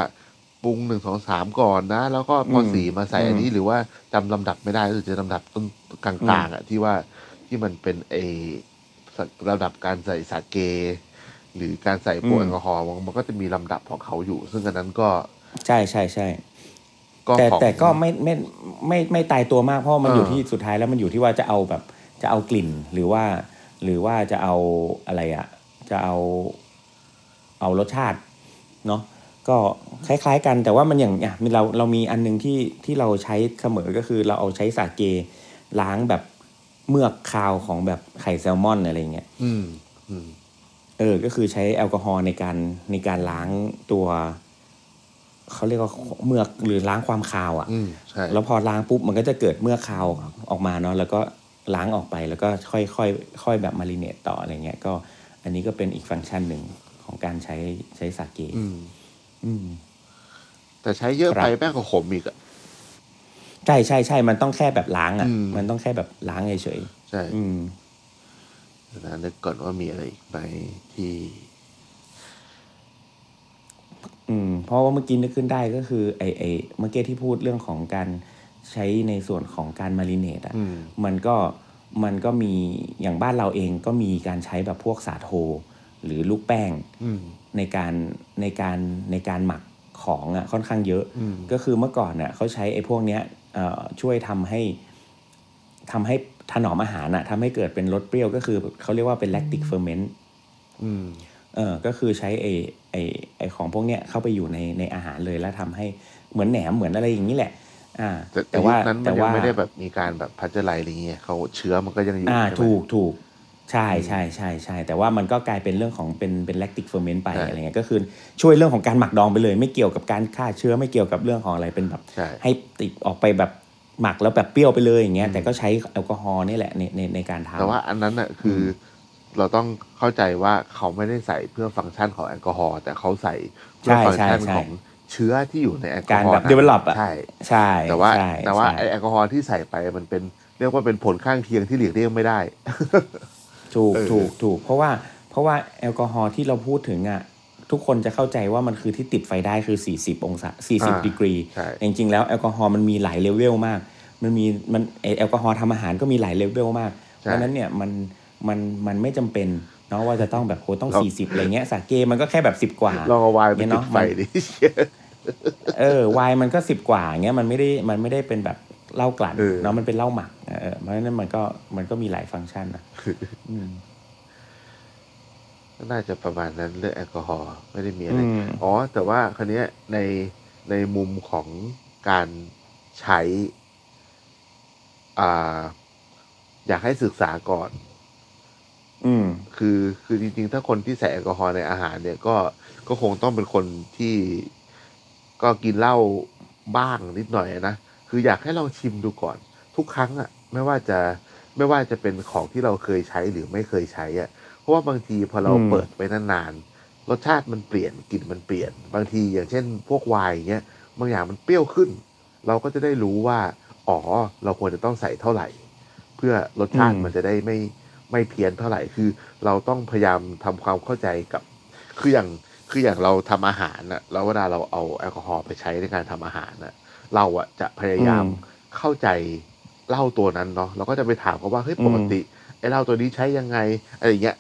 Speaker 2: ปรุงหนึ่งสองสามก่อนนะ แล้วก็พออสีมาใส่อันนี้หรือว่าจำลำดับไม่ได้หรือจะลำดับต้นกลางๆอะที่ว่าที่มันเป็นไอลำดับการใส่สาเก หรือการใส่พวกแอลกอฮอล์มันก็จะมีลำดับของเขาอยู่ ซึ่งอันนั้นก็
Speaker 3: ใช่ใช่ใช่
Speaker 2: ก็
Speaker 3: แต่
Speaker 2: ของ
Speaker 3: แต่ก็ไม่ไม่ไมไม่ไม่ตายตัวมากเพราะมัน
Speaker 2: เออ
Speaker 3: อ
Speaker 2: อ
Speaker 3: ยู่ที่สุดท้ายแล้วมันอยู่ที่ว่าจะเอาแบบจะเอากลิ่นหรือว่า หรือว่าจะเอาอะไรอะจะเอาเอารสชาติเนาะ ก็คล้ายๆกันแต่ว่ามันอย่างเนี่ยมีเราเรามีอันหนึงที่ที่เราใช้เสมอก็คือเราเอาใช้สาเกล้างแบบเมือกคาวของแบบไข่แซลมอนอะไรเงี้ย
Speaker 2: อืม อืม
Speaker 3: เออ ก็คือใช้แอลกอฮอล์ในการในการล้างตัวเขาเรียกว่าเมือกหรือล้างความคาวอ่ะ
Speaker 2: อืม ใช่
Speaker 3: แล้วพอล้างปุ๊บมันก็จะเกิดเมื่อกคาวออกมาเนาะแล้วก็ล้างออกไปแล้วก็ค่อยค่อยค่อยแบบมาริเนตต่ออะไรเงี้ยก็อันนี้ก็เป็นอีกฟังก์ชันหนึ่งของการใช้ใช้สาเก
Speaker 2: อืม
Speaker 3: อืม
Speaker 2: แต่ใช้เยอะ
Speaker 3: ครับ
Speaker 2: ไปแม่งก็ขมอีกอ่ะ
Speaker 3: ใช่ใช่ใช่มันต้องแค่แบบล้างอ่ะ
Speaker 2: อืม
Speaker 3: มันต้องแค่แบบล้างเฉย
Speaker 2: ใช่
Speaker 3: ๆอืม
Speaker 2: เดี๋ยวนะนึกก่อนว่ามีอะไรอีกไหมที่
Speaker 3: อืมเพราะว่าเมื่อกี้นึกขึ้นได้ก็คือไอไอเมื่อกี้ที่พูดเรื่องของการใช้ในส่วนของการมาริเนตอ่ะ
Speaker 2: อืม
Speaker 3: มันก็มันก็มีอย่างบ้านเราเองก็มีการใช้แบบพวกสาโท หรือลูกแป้ง
Speaker 2: อืม
Speaker 3: ในการในการในการหมักของอ่ะค่อนข้างเยอะ
Speaker 2: อืม
Speaker 3: ก็คือเมื่อก่อนน่ะเขาใช้ไอ้พวกเนี้ยเอ่อช่วยทำให้ทำให้ถนอมอาหารอ่ะทำให้เกิดเป็นรสเปรี้ยวก็คือเขาเรียกว่าเป็นแลคติกเฟอร์เมนต์
Speaker 2: อืม
Speaker 3: เออก็คือใช้ไอ้ไอ้ไอ้ของพวกเนี้ยเข้าไปอยู่ในในอาหารเลยแล้วทำให้เหมือนแหนมเหมือนอะไรอย่างนี้แหละ อ่า
Speaker 2: แต่แต่
Speaker 3: แต่
Speaker 2: ยุ
Speaker 3: ว่า
Speaker 2: คนั้นมั
Speaker 3: แต่
Speaker 2: นยัง
Speaker 3: ว่า
Speaker 2: ไม่ได้แบบมีการแบบพัชไลอะไรเงี้ยเขาเชื้อมันก็ยังอยู่
Speaker 3: อ่า
Speaker 2: ใช่ไหม
Speaker 3: ถูกถูกใช่ใช่ใช่ใช่แต่ว่ามันก็กลายเป็นเรื่องของเป็นเป็นแลคติกเฟอร์เมนต์ไป
Speaker 2: ใช่
Speaker 3: อะไรเงี้ยก็คือช่วยเรื่องของการหมักดองไปเลย ไม่เกี่ยวกับการฆ่าเชื้อไม่เกี่ยวกับเรื่องของอะไรเป็นแบบ
Speaker 2: ใช่
Speaker 3: ให้ติดออกไปแบบหมักแล้วแบบเปรี้ยวไปเลยอย่างเงี้ยแต่ก็ใช้แอลกอฮอล์นี่แหละในในในการทำ
Speaker 2: แต่ว่าอันนั้นน่ะคืออเราต้องเข้าใจว่าเขาไม่ได้ใส่เพื่อฟังก์ชันของแอลกอฮอล์แต่เขาใส่เพื่อ
Speaker 3: ใช่
Speaker 2: ฟังก์ชัน
Speaker 3: ใช่ใช่
Speaker 2: ของเชื้อที่อยู่ในแอลกอฮอ
Speaker 3: กา
Speaker 2: ล์
Speaker 3: รแบบ
Speaker 2: นั้น
Speaker 3: develop อะ
Speaker 2: ใช่
Speaker 3: ใช่
Speaker 2: แต่ว่า
Speaker 3: ใช่
Speaker 2: แต่ว่า
Speaker 3: ใช่
Speaker 2: ไอแอลกอฮอล์ที่ใส่ไปมันเป็นเรียกว่าเป็นผลข้างเคียงที่หลีกเลี่ยงไม่ได้
Speaker 3: ถูก
Speaker 2: เออ
Speaker 3: ถูกถูกเพราะว่าเพราะว่าแอลกอฮอล์ที่เราพูดถึงอ่ะทุกคนจะเข้าใจว่ามันคือที่ติดไฟได้คือ 40 องศา
Speaker 2: อ่า
Speaker 3: 40ดีกรี
Speaker 2: ใช่
Speaker 3: แต่จริงๆแล้วแอลกอฮอล์มันมีหลายเลเวลมาก มันมีมันไอ้แอลกอฮอล์ทำอาหารก็มีหลายเลเวลมาก เพราะฉะนั้นเนี่ยมันมันมันไม่จำเป็นเนาะว่าจะต้องแบบโหต้อง 40 อะไรเงี้ยสาเกมันก็แค่แบบ 10 กว่า
Speaker 2: ลองเอาไวน์ไป
Speaker 3: เนี่ย
Speaker 2: จุ
Speaker 3: เนาะ
Speaker 2: ดไฟดิ
Speaker 3: เออไวน์มันก็ 10 กว่าเงี้ยมันไม่ได้มันไม่ได้เป็นแบบเหล้ากลั่น
Speaker 2: เออ
Speaker 3: เนาะมันเป็นเหล้าหมักเออเพราะฉะนั้นมันก็มันก็มีหลายฟังก์ชันนะอืม
Speaker 2: น่าจะประมาณนั้นเรื่องแอลกอฮอล์ไม่ได้มีอะไร
Speaker 3: อืม
Speaker 2: อ๋อ แต่ว่าคันนี้ยในในมุมของการใช้อ่าอยากให้ศึกษาก่อน
Speaker 3: อืม
Speaker 2: คือคือจริงๆ ถ้าคนที่ใส่แอลกอฮอล์ในอาหารเนี่ยก็ก็คงต้องเป็นคนที่ก็กินเหล้าบ้างนิดหน่อยนะ คืออยากให้ลองชิมดูก่อน ทุกครั้งอะ่ะ ไม่ว่าจะไม่ว่าจะเป็นของที่เราเคยใช้หรือไม่เคยใช้อะ่ะ เพราะว่าบางทีพอเรา
Speaker 3: อืม
Speaker 2: เปิดไปนานๆรสชาติมันเปลี่ยนกลิ่นมันเปลี่ยน บางทีอย่างเช่น พวกไวน์เงี้ยบางอย่างมันเปรี้ยวขึ้น เราก็จะได้รู้ว่า อ๋อ เราควรจะต้องใส่เท่าไหร่ เพื่อรสชาติ
Speaker 3: อืม
Speaker 2: มันจะได้ไม่ไม่เพี้ยนเท่าไหร่ คือเราต้องพยายามทำความเข้าใจกับ คืออย่างคืออย่างเราทำอาหารน่ะแล้วเวลาเราเอาแอลกอฮอล์ไปใช้ในการทำอาหารน่ะ เราอะจะพยายาม
Speaker 3: อืม
Speaker 2: เข้าใจเหล้าตัวนั้นเนาะเราก็จะไปถามเขาว่าเฮ้ย
Speaker 3: อืม
Speaker 2: ปกติไอ้เหล้าตัวนี้ใช้ยังไงอะไรอย่างเงี้ย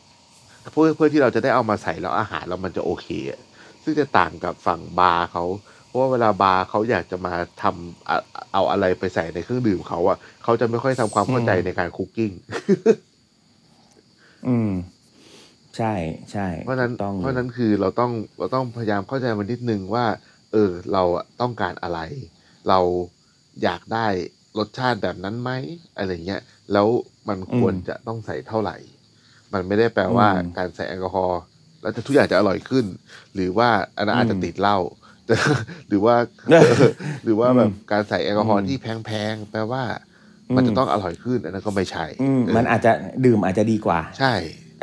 Speaker 2: เพื่อเพื่อที่เราจะได้เอามาใส่แล้วอาหารเรามันจะโอเคอะซึ่งจะต่างกับฝั่งบาร์เขา เพราะว่าเวลาบาร์เขาอยากจะมาทำอะเอาอะไรไปใส่ในเครื่องดื่มเขาอะเขาจะไม่ค่อยทำความเข้าใจในการคุกกิ้ง
Speaker 3: อืม ใช่ใช่
Speaker 2: เพราะฉะนั้น
Speaker 3: ถูกต้อง
Speaker 2: เพราะฉะนั้นคือเราต้องเราต้องพยายามเข้าใจมันนิดนึงว่า เออ เราอะต้องการอะไร เราอยากได้รสชาติแบบนั้นไหมอะไรเงี้ยแล้วมันควรจะต้องใส่เท่าไหร่ มันไม่ได้แปลว่าการใส่แอลกอฮอล์แล้วจะทุกอย่างจะอร่อยขึ้น หรือว่าอันนั้นอาจจะติดเหล้า แต่ หรือว่า
Speaker 3: เออ
Speaker 2: หรือว่าแบบ
Speaker 3: อืม
Speaker 2: การใส่แอลกอฮอล์
Speaker 3: อืม
Speaker 2: ที่แพงๆแปลว่า มัน
Speaker 3: อืม
Speaker 2: จะต้องอร่อยขึ้นอันนั้นก็ไม่ใช่
Speaker 3: อืม
Speaker 2: เออ
Speaker 3: มันอาจจะดื่มอาจจะดีกว่า
Speaker 2: ใช่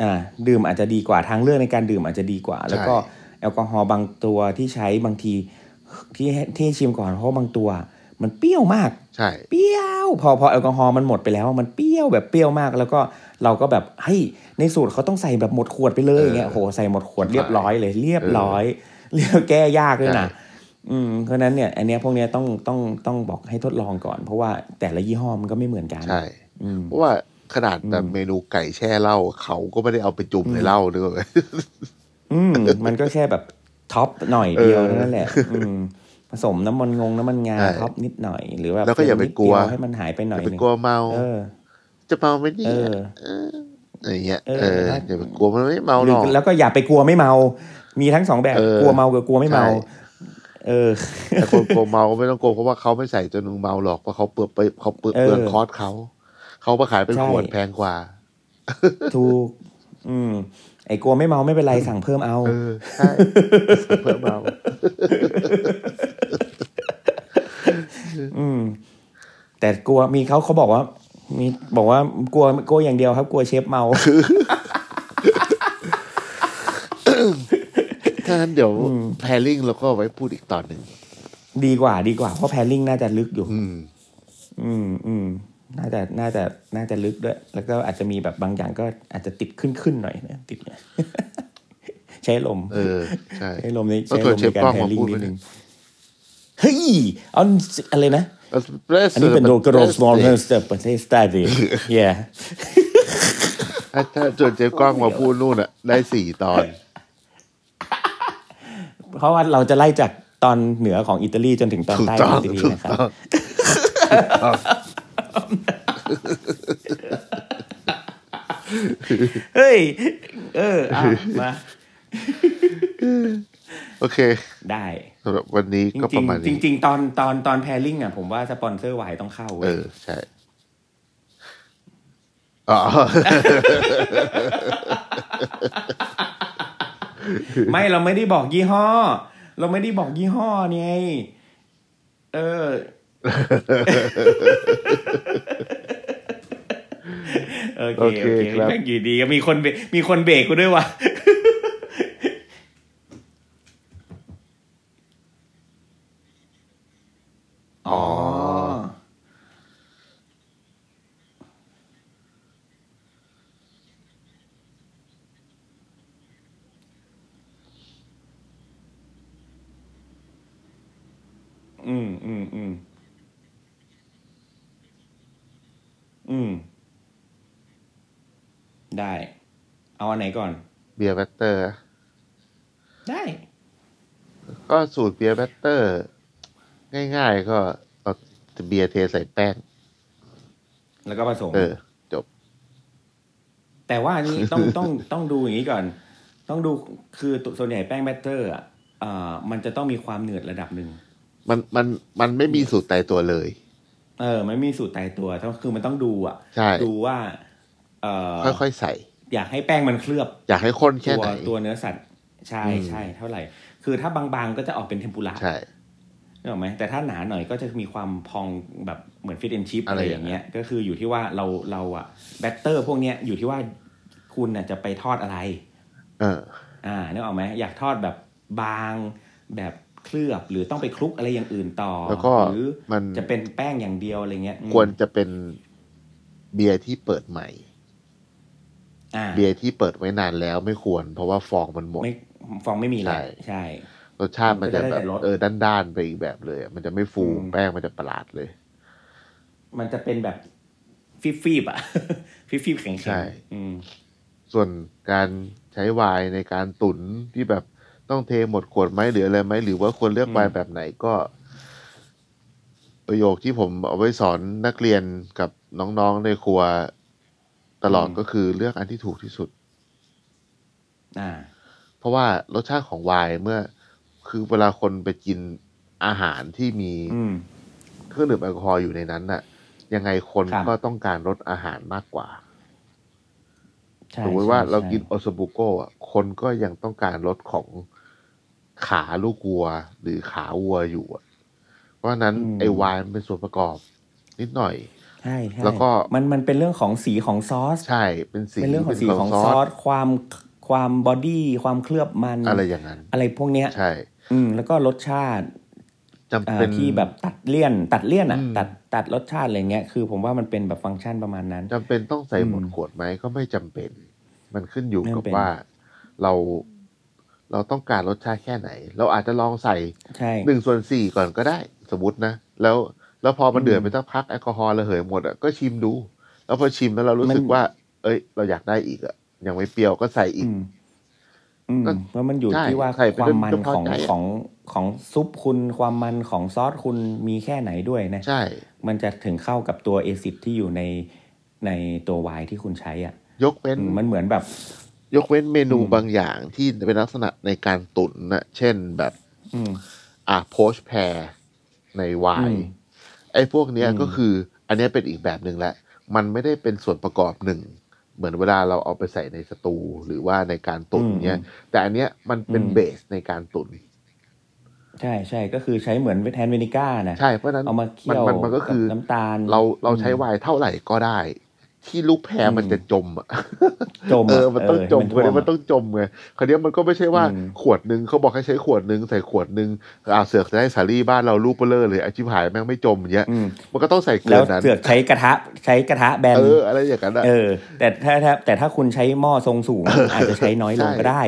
Speaker 3: อ่าดื่มอาจจะดีกว่าทางเลือกในการดื่มอาจจะดีกว่า แล้วก็
Speaker 2: ใช่
Speaker 3: แอลกอฮอล์บางตัวที่ใช้บางทีที่ให้ที่ให้ชิมก่อนเพราะบางตัว มันเปรี้ยวมาก
Speaker 2: ใช่
Speaker 3: เปรี้ยว พอพอแอลกอฮอล์มันหมดไปแล้วมันเปรี้ยวแบบเปรี้ยวมาก แล้วก็เราก็แบบเฮ้ยในสูตรเขาต้องใส่แบบหมดขวดไปเลยอย่างเงี้ย
Speaker 2: เออ
Speaker 3: โหใส่หมดขวดเรียบร้อยเลย เรียบร้อย เรียกแก้ยากด้วยนะ
Speaker 2: ใช่
Speaker 3: อืมเพราะฉะนั้นเนี่ย อันเนี้ยพวกเนี้ยต้องต้องต้องบอกให้ทดลองก่อน เพราะว่าแต่ละยี่ห้อมันก็ไม่เหมือนกัน
Speaker 2: ใช่
Speaker 3: อืม
Speaker 2: เพราะว่าขนาดแบบ
Speaker 3: อืม
Speaker 2: เมนูไก่แช่เหล้าเขาก็ไม่ได้เอาไปจุ่มในเหล้าด้วย
Speaker 3: อืมมันก็แค่แบบท็อปหน่อยเดียวเท่านั่นแหละอืมผสมน้ำมันงงน้ำมันงา
Speaker 2: ใช่
Speaker 3: ท็อปนิดหน่อยหรือแบบ
Speaker 2: แล้วก็อย่าไป
Speaker 3: นิด
Speaker 2: กลัว
Speaker 3: เดียให้มันหายไปหน่
Speaker 2: อ
Speaker 3: อย
Speaker 2: ย่าไป
Speaker 3: นึง
Speaker 2: กลัวเมา
Speaker 3: เออ
Speaker 2: จะเมาไหมเนี่ย
Speaker 3: เออ
Speaker 2: เอออะไรอย่างเงี้ย
Speaker 3: เออ
Speaker 2: เออ
Speaker 3: แล้ว
Speaker 2: อย่าไปกลัวมันไม่เมา
Speaker 3: ห
Speaker 2: ห
Speaker 3: รื
Speaker 2: ร
Speaker 3: อ
Speaker 2: อก
Speaker 3: แล้วก็อย่าไปกลัวไม่เมา มีทั้งสองแบบ
Speaker 2: เออก
Speaker 3: ลัวเมากับกลัวไม่เมา
Speaker 2: ใช่
Speaker 3: เออ
Speaker 2: แต่คนโกงเมาก็ไม่ต้องโกงเพราะว่าเขาไม่ใส่จนมึงเมาหรอกเพราะเขาเปลือกไปเขาเปลือก
Speaker 3: เออ
Speaker 2: เปลือกคอร์สเขา เขาไปขายเป็น
Speaker 3: ใช่
Speaker 2: ขวดแพงกว่า
Speaker 3: ถูก อืม ไอ้กลัวไม่เมาไม่เป็นไรสั่งเพิ่มเอา
Speaker 2: เออใช่เพื่อเมา
Speaker 3: อืม แต่กลัวมีเขาเขาบอกว่า มีบอกว่ากลัวกลัวอย่างเดียวครับ กลัวเชฟเมา
Speaker 2: ถ้างั้นเดี๋ยวแพรลิงเราก็เอาไว้พูดอีกตอนหนึ่ง
Speaker 3: ดีกว่าดีกว่าเพราะแพลลิงน่าจะลึกอยู่
Speaker 2: อืม
Speaker 3: อืมอืมน่าจะน่าจะน่าจะลึกด้วย แล้วก็อาจจะมีแบบบางอย่างก็อาจจะติดขึ้นขึ้นหน่อย นะติด ใช้ลม
Speaker 2: เออ ใช่
Speaker 3: ใช้ลมใน
Speaker 2: ต้อง
Speaker 3: ใช้
Speaker 2: ช
Speaker 3: ล
Speaker 2: วน
Speaker 3: มใน
Speaker 2: เชฟ
Speaker 3: การ
Speaker 2: กล้อง
Speaker 3: แพล
Speaker 2: มา
Speaker 3: ลิง
Speaker 2: พูด
Speaker 3: นิ
Speaker 2: ไหม
Speaker 3: ดนึ
Speaker 2: เนี่ย
Speaker 3: งเฮ้ยเอาอะไรนะ
Speaker 2: Espresso
Speaker 3: อันนี้เป็นโดกโรสมอลเลอ
Speaker 2: Latte
Speaker 3: ร์สเตอร์ประเทศสตาร์ดีเย่
Speaker 2: ถ้าถ้าชวนเจ๊กล้องมาพูดนู่นอ่ะ ได้สี่ตอน
Speaker 3: เพราะว่าเราจะไล่จากตอนเหนือของอิตาลีจนถึงตอน
Speaker 2: ถูก
Speaker 3: ใต้ข
Speaker 2: ต้
Speaker 3: อ
Speaker 2: อง ง
Speaker 3: อิตาลี
Speaker 2: ถูก
Speaker 3: นะครับ
Speaker 2: ต้อง
Speaker 3: เฮ้ย เอออ่ะมา
Speaker 2: โอเค
Speaker 3: ได้
Speaker 2: สำหรับวันนี้
Speaker 3: จริ
Speaker 2: ก็ประ
Speaker 3: ง
Speaker 2: มาณ
Speaker 3: ๆจ
Speaker 2: นี้
Speaker 3: ริง ๆ ตอนตอนตอนแพริงอ่ะผมว่าสปอนเซอร์วายต้องเข้า
Speaker 2: เอ
Speaker 3: เว้ย
Speaker 2: อ ใช่อ๋อ
Speaker 3: ไม่เราไม่ได้บอกยี่ห้อ เราไม่ได้บอกยี่ห้อไงเออ โอเค
Speaker 2: โอ
Speaker 3: โอ
Speaker 2: เค
Speaker 3: เค
Speaker 2: ครับ
Speaker 3: แม่งอยู่ดีก็มีคนเบรกมีคนเบรกกูด้วยว่ะ อ๋อ อืมอืมอืมอืม ได้ เอาอันไหนก่อน
Speaker 2: เบียร์แบตเตอร์
Speaker 3: ได้
Speaker 2: ก็สูตรเบียร์แบตเตอร์ ง่ายๆก็เอาเบียร์เทใส่แป้ง
Speaker 3: แล้วก็ผสม
Speaker 2: เออ จบ
Speaker 3: แต่ว่าอั นนี้ต้อง ต้องต้องดูอย่างนี้ก่อน ต้องดูคือตัวส่วนใหญ่แป้งแบตเตอร์อ่ะอ่ามันจะต้องมีความเหนืดระดับหนึ่ง
Speaker 2: มันมันมันไม่มีสูตรตายตัวเลย
Speaker 3: เออไม่มีสูตรตายตัวแต่ว่าคือมันต้องดูอ่ะ
Speaker 2: ใช่
Speaker 3: ดูว่า เอ่อ
Speaker 2: ค่อยๆใส่
Speaker 3: อยากให้แป้งมันเคลือบ
Speaker 2: อยากให้ข้นแค่
Speaker 3: ตัว
Speaker 2: ไหน
Speaker 3: ตัวเนื้อสัตว์ ใช่
Speaker 2: อืม
Speaker 3: ใช่เท่าไหร่ คือถ้าบางๆก็จะออกเป็นเทมปุระ
Speaker 2: ใช่
Speaker 3: นึกออกไหมแต่ถ้าหนาหน่อยก็จะมีความพองแบบเหมือนฟิตเอนชิพ
Speaker 2: อะ
Speaker 3: อะไรไรอย่
Speaker 2: อา
Speaker 3: ย่าง ง
Speaker 2: เงี้
Speaker 3: เงี้
Speaker 2: ย
Speaker 3: ย ก็คืออยู่ที่ว่าเราเราอะแบตเตอร์พวกเนี้ยอยู่ที่ว่าคุณน่ะจะไปทอดอะไร
Speaker 2: เออ
Speaker 3: อ่านึกออกไหมอยากทอดแบบบางแบบเคลือบหรือต้องไปคลุกอะไรอย่างอื่นต่อ
Speaker 2: แล้วก็
Speaker 3: หรือ
Speaker 2: มัน
Speaker 3: จะเป็นแป้งอย่างเดียวอะไรเงี้ยอืม
Speaker 2: ควรจะเป็นเบียร์ที่เปิดใหม่
Speaker 3: อ่า
Speaker 2: เบียร์ที่เปิดไว้นานแล้วไม่ควร เพราะว่าฟองมันหมด
Speaker 3: ไม่ฟองไม่มีเลย
Speaker 2: ใช่
Speaker 3: ใช่
Speaker 2: รสชาติมันจะ
Speaker 3: มันก็จะได้
Speaker 2: แบบ
Speaker 3: แต่รส
Speaker 2: เออด้านๆไปอีกแบบเลยอะมันจะไม่ฟู
Speaker 3: อืม
Speaker 2: แป้งมันจะประหลาดเลย
Speaker 3: มันจะเป็นแบบฟีบฟีบๆอะ ฟีบฟีบๆแข็งๆ
Speaker 2: ใช่
Speaker 3: อืม
Speaker 2: ส่วนการใช้ไวน์ในการตุนที่แบบต้องเทหมดขวดไหมหรืออะไรไหมหรือว่าควรเลือกไวน์แบบไหนก็ ประโยคที่ผมเอาไว้สอนนักเรียนกับน้องๆในครัวตลอด
Speaker 3: อืม
Speaker 2: ก็คือเลือกอันที่ถูกที่สุด
Speaker 3: อ่า
Speaker 2: เพราะว่ารสชาติของไวน์เมื่อ คือเวลาคนไปกินอาหารที่มี
Speaker 3: อืม
Speaker 2: เครื่องดื่มแอลกอฮอล์อยู่ในนั้นน่ะ ยังไงคน
Speaker 3: ครับ
Speaker 2: ก็ต้องการรสอาหารมากกว่า
Speaker 3: ใช่
Speaker 2: สมมติว่า
Speaker 3: ใช่
Speaker 2: เรา
Speaker 3: ใช่
Speaker 2: กินโอซาบุโกะคนก็ยังต้องการรสของขาลูกวัว หรือขาวัวอยู่อะเพราะฉะนั้น
Speaker 3: อืม
Speaker 2: ไอไวน์มันเป็นส่วนประกอบ นิดหน่อย
Speaker 3: ใช่ใช่
Speaker 2: แล้วก็
Speaker 3: มันมันเป็นเรื่องของสีของซอส
Speaker 2: ใช่เป็นสี
Speaker 3: เป็นเรื่องของสีของ
Speaker 2: เป็น
Speaker 3: ซอส ความความบอดี้ความเคลือบมัน
Speaker 2: อะไรอย่างนั้น
Speaker 3: อะไรพวกเนี้ย
Speaker 2: ใช่
Speaker 3: อืมแล้วก็รสชาติ
Speaker 2: จำ
Speaker 3: เอ่อ
Speaker 2: เป็น
Speaker 3: ที่แบบตัดเลี่ยน ตัดเลี่ยนอ่ะ
Speaker 2: อืม
Speaker 3: ตัดตัดรสชาติอะไรเงี้ย คือผมว่ามันเป็นแบบฟังก์ชันประมาณนั้น
Speaker 2: จำเป็นต้องใส่หมด
Speaker 3: อืม
Speaker 2: ขวดไหมก็ไม่จำเป็น มันขึ้นอยู่
Speaker 3: ไม่
Speaker 2: กับ
Speaker 3: จำเป็น
Speaker 2: ว่าเราเราต้องการรสชาติแค่ไหน เราอาจจะลองใส่
Speaker 3: ใช่
Speaker 2: หนึ่งส่วนสี่ก่อนก็ได้สมมตินะ แล้วแล้วพอมันเดือดไปสักพักแอลกอฮอล์ระเหยหมดอ่ะก็ชิมดู แล้วพอชิมแล้วเรารู้สึกว่า เอ้ย เราอยากได้อีกอ่ะยังไม่เปรี้ยวก็ใส่อี
Speaker 3: อื
Speaker 2: ก
Speaker 3: มอืม
Speaker 2: ก็
Speaker 3: เพราะมันอยู่
Speaker 2: ใช่
Speaker 3: ที่ว่า
Speaker 2: ใส่ไป
Speaker 3: ความมัน
Speaker 2: เรื่อยๆ
Speaker 3: ของ
Speaker 2: พอใจอะ
Speaker 3: ของของซุปคุณความมันของซอสคุณมีแค่ไหนด้วยนะ
Speaker 2: ใช่
Speaker 3: มันจะถึงเข้ากับตัวเอซิดที่อยู่ในในตัวไวน์ที่คุณใช้อ่ะ
Speaker 2: ยกเว้น
Speaker 3: อืมมันเหมือนแบบ
Speaker 2: ยกเว้นเมนูบางอย่างที่เป็นลักษณะในการตุ๋นนะเช่นแบบ
Speaker 3: อืม
Speaker 2: อ อ่ะโพชแพรในไว
Speaker 3: อื
Speaker 2: น์
Speaker 3: ม
Speaker 2: ไอ้พวกเนี้ย
Speaker 3: อืม
Speaker 2: ก็คือ อันเนี้ยเป็นอีกแบบหนึ่งแหละ มันไม่ได้เป็นส่วนประกอบหนึ่ง เหมือนเวลาเราเอาไปใส่ในสตูหรือว่าในการตุนเนี้ย แต่อันเนี้ยมันเป็น
Speaker 3: อืม
Speaker 2: เบสในการตุน
Speaker 3: ใช่ใช่ก็คือใช้เหมือนแทนเวนิก้านะ
Speaker 2: ใช่เพราะฉะนั้น
Speaker 3: เอามาเคี่
Speaker 2: มัน
Speaker 3: ยว
Speaker 2: มันมันก็คือ
Speaker 3: บน้ำตาล
Speaker 2: เราเรา
Speaker 3: อืม
Speaker 2: ใช้ไวน์เท่าไหร่ก็ได้ ที่ลูกแพรมัน
Speaker 3: อืม
Speaker 2: จะจมอะ
Speaker 3: จมะ
Speaker 2: เออมันต้องจม
Speaker 3: เ
Speaker 2: คราวนี้มัน
Speaker 3: ท่วะ
Speaker 2: ต้องจมไงคราวนี้มันก็ไม่ใช่ว่า
Speaker 3: อืม
Speaker 2: ขวดหนึ่งเขาบอกให้ใช้ขวดหนึ่งใส่ขวดหนึ่งอ่าเสือกจะได้สาลี่บ้านเราลูกเบลเลอร์เลยอาชิบหายแม่งไม่จมอย่างเงี้ย
Speaker 3: อืม
Speaker 2: มันก็ต้องใส่เกิ
Speaker 3: แล้ว
Speaker 2: นนั้น
Speaker 3: เสือกใช้กระทะใช้กระทะแบน
Speaker 2: เอออะไรอย่างนั้นอะ
Speaker 3: เออ แต่ถ้าถ้าแต่ถ้าคุณใช้หม้อทรงสูง อาจจะใช้น้อยลงก็ได้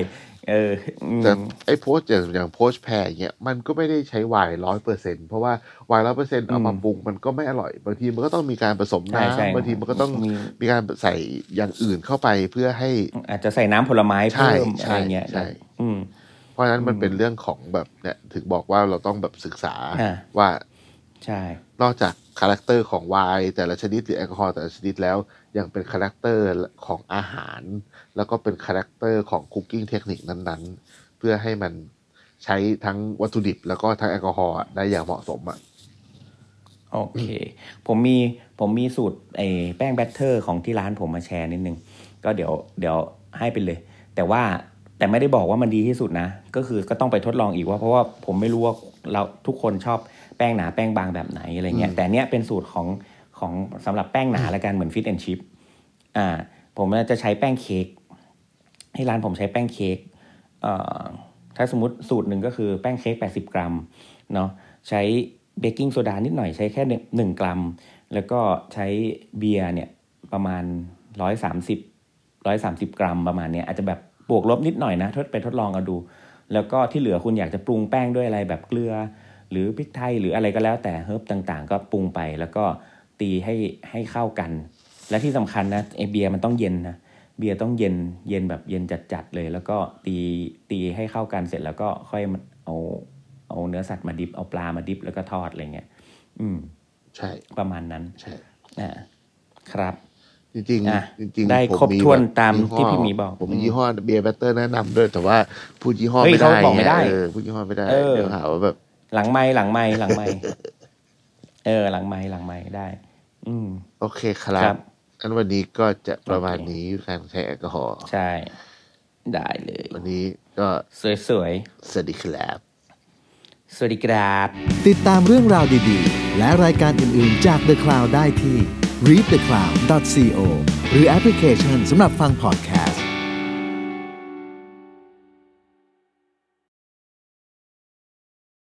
Speaker 3: เอออืม
Speaker 2: แต่ไอ้โพสต์อย่างอย่างโพสต์แพรเงี้ยมันก็ไม่ได้ใช้ไวน์ร้อยเปอร์เซ็นเพราะว่าไวน์ร้อยเปอร์เซ็นเอามา
Speaker 3: อืม
Speaker 2: ปรุงมันก็ไม่อร่อย บางทีมันก็ต้องมีการผสม
Speaker 3: ใช่ใช่
Speaker 2: น้ำบางทีมันก็ต้อง
Speaker 3: มี
Speaker 2: มีการใส่อย่างอื่นเข้าไปเพื่อให้
Speaker 3: อาจจะใส่น้ำผลไม้
Speaker 2: ใช่
Speaker 3: เพิ่มอะ
Speaker 2: ใช่
Speaker 3: ไรเงี้ย
Speaker 2: ใช่
Speaker 3: อืม
Speaker 2: เพราะฉะนั้นมัน
Speaker 3: อืม
Speaker 2: เป็นเรื่องของแบบเนี่ยถึงบอกว่าเราต้องแบบศึกษา
Speaker 3: อ่า
Speaker 2: ว่า
Speaker 3: ใช่
Speaker 2: นอกจากคาแรคเตอร์ของไวน์แต่ละชนิดหรือแอลกอฮอล์แต่ละชนิดแล้วยังเป็นคาแรคเตอร์ของอาหาร แล้วก็เป็นคาแรคเตอร์ของคุกกิ้งเทคนิคนั้นๆ เพื่อให้มันใช้ทั้งวัตถุดิบ แล้วก็ทั้งแอลกอฮอล์อะได้อย่างเหมาะสมอ่ะ
Speaker 3: โอเค ผมมีผมมีสูตรไอ้แป้งแบตเตอร์ของที่ร้านผมมาแชร์นิดนึง ก็เดี๋ยวเดี๋ยวให้ไปเลย แต่ว่าแต่ไม่ได้บอกว่ามันดีที่สุดนะ ก็คือก็ต้องไปทดลองอีกว่า เพราะว่าผมไม่รู้ว่าเราทุกคนชอบแป้งหนาแป้งบางแบบไหนอะไรเงี้ย
Speaker 2: อืม
Speaker 3: แต่เนี้ยเป็นสูตรของของสำหรับแป้งหนาละกันเหมือนฟิตแอนชิพอ่า ผมจะใช้แป้งเค้กให้ร้านผมใช้แป้งเค้กเอ่อถ้าสมมติสูตรหนึ่งก็คือแป้งเค้ก80 กรัม เนาะใช้เบกกิ้งโซดานิดหน่อยใช้แค่หนึ่งหนึ่งกรัม แล้วก็ใช้เบียร์เนี่ยประมาณร้อยสามสิบร้อยสามสิบกรัมประมาณเนี้ยอาจจะแบบบวกลบนิดหน่อยนะทดไปทดลองเอาดู แล้วก็ที่เหลือคุณอยากจะปรุงแป้งด้วยอะไรแบบเกลือ หรือพริกไทยหรืออะไรก็แล้วแต่เฮิร์บต่างๆ ก็ปรุงไปแล้วก็ตีให้ให้เข้ากัน และที่สำคัญนะไอเบียร์มันต้องเย็นนะเบียร์ต้องเย็นเย็นแบบเย็นจัดๆเลย แล้วก็ตีตีให้เข้ากันเสร็จแล้วก็ค่อยมาเอา เอาเนื้อสัตว์มาดิบ เอาปลามาดิบแล้วก็ทอดอะไรเงี้ย อืม
Speaker 2: ใช่
Speaker 3: ประมาณนั้น
Speaker 2: ใช่
Speaker 3: อ่าครับ
Speaker 2: จริง
Speaker 3: อ่ะ
Speaker 2: ๆจริงๆ
Speaker 3: ได้
Speaker 2: ผม
Speaker 3: ครบ
Speaker 2: มี
Speaker 3: ถ้วน
Speaker 2: บบ
Speaker 3: ตาม
Speaker 2: ยี่ห้
Speaker 3: ที่พี่หมีบอก
Speaker 2: ผมมียี่ห้อเบียร์แบตเตอร์แนะนำด้วย แต่ว่าพูดยี่ห้อ
Speaker 3: เฮ้ย
Speaker 2: ไม่ได้
Speaker 3: เขาบอกไม่ได้
Speaker 2: เออพูดยี่ห้อไม่ได้
Speaker 3: เออ
Speaker 2: เดี๋ยวหาว่าแบบ
Speaker 3: หลังไม้หลังไม้หลังไม้เออ หลังไม้หลังไม้ได้ อืม
Speaker 2: โอเคครั
Speaker 3: ครับ บ
Speaker 2: อันวันนี้ก็จะประมาณนี้การใช้แอลกอฮอล์
Speaker 3: ใช่ ได้เลย
Speaker 2: วันนี้ก็
Speaker 3: สวย
Speaker 2: สวัสดีครับ
Speaker 3: ๆ สวัสดีครับ
Speaker 1: ติดตามเรื่องราวดีๆ และรายการอื่นๆจาก The Cloud ได้ที่ readthecloud.co หรือแอปพลิเคชันสำหรับฟัง podcast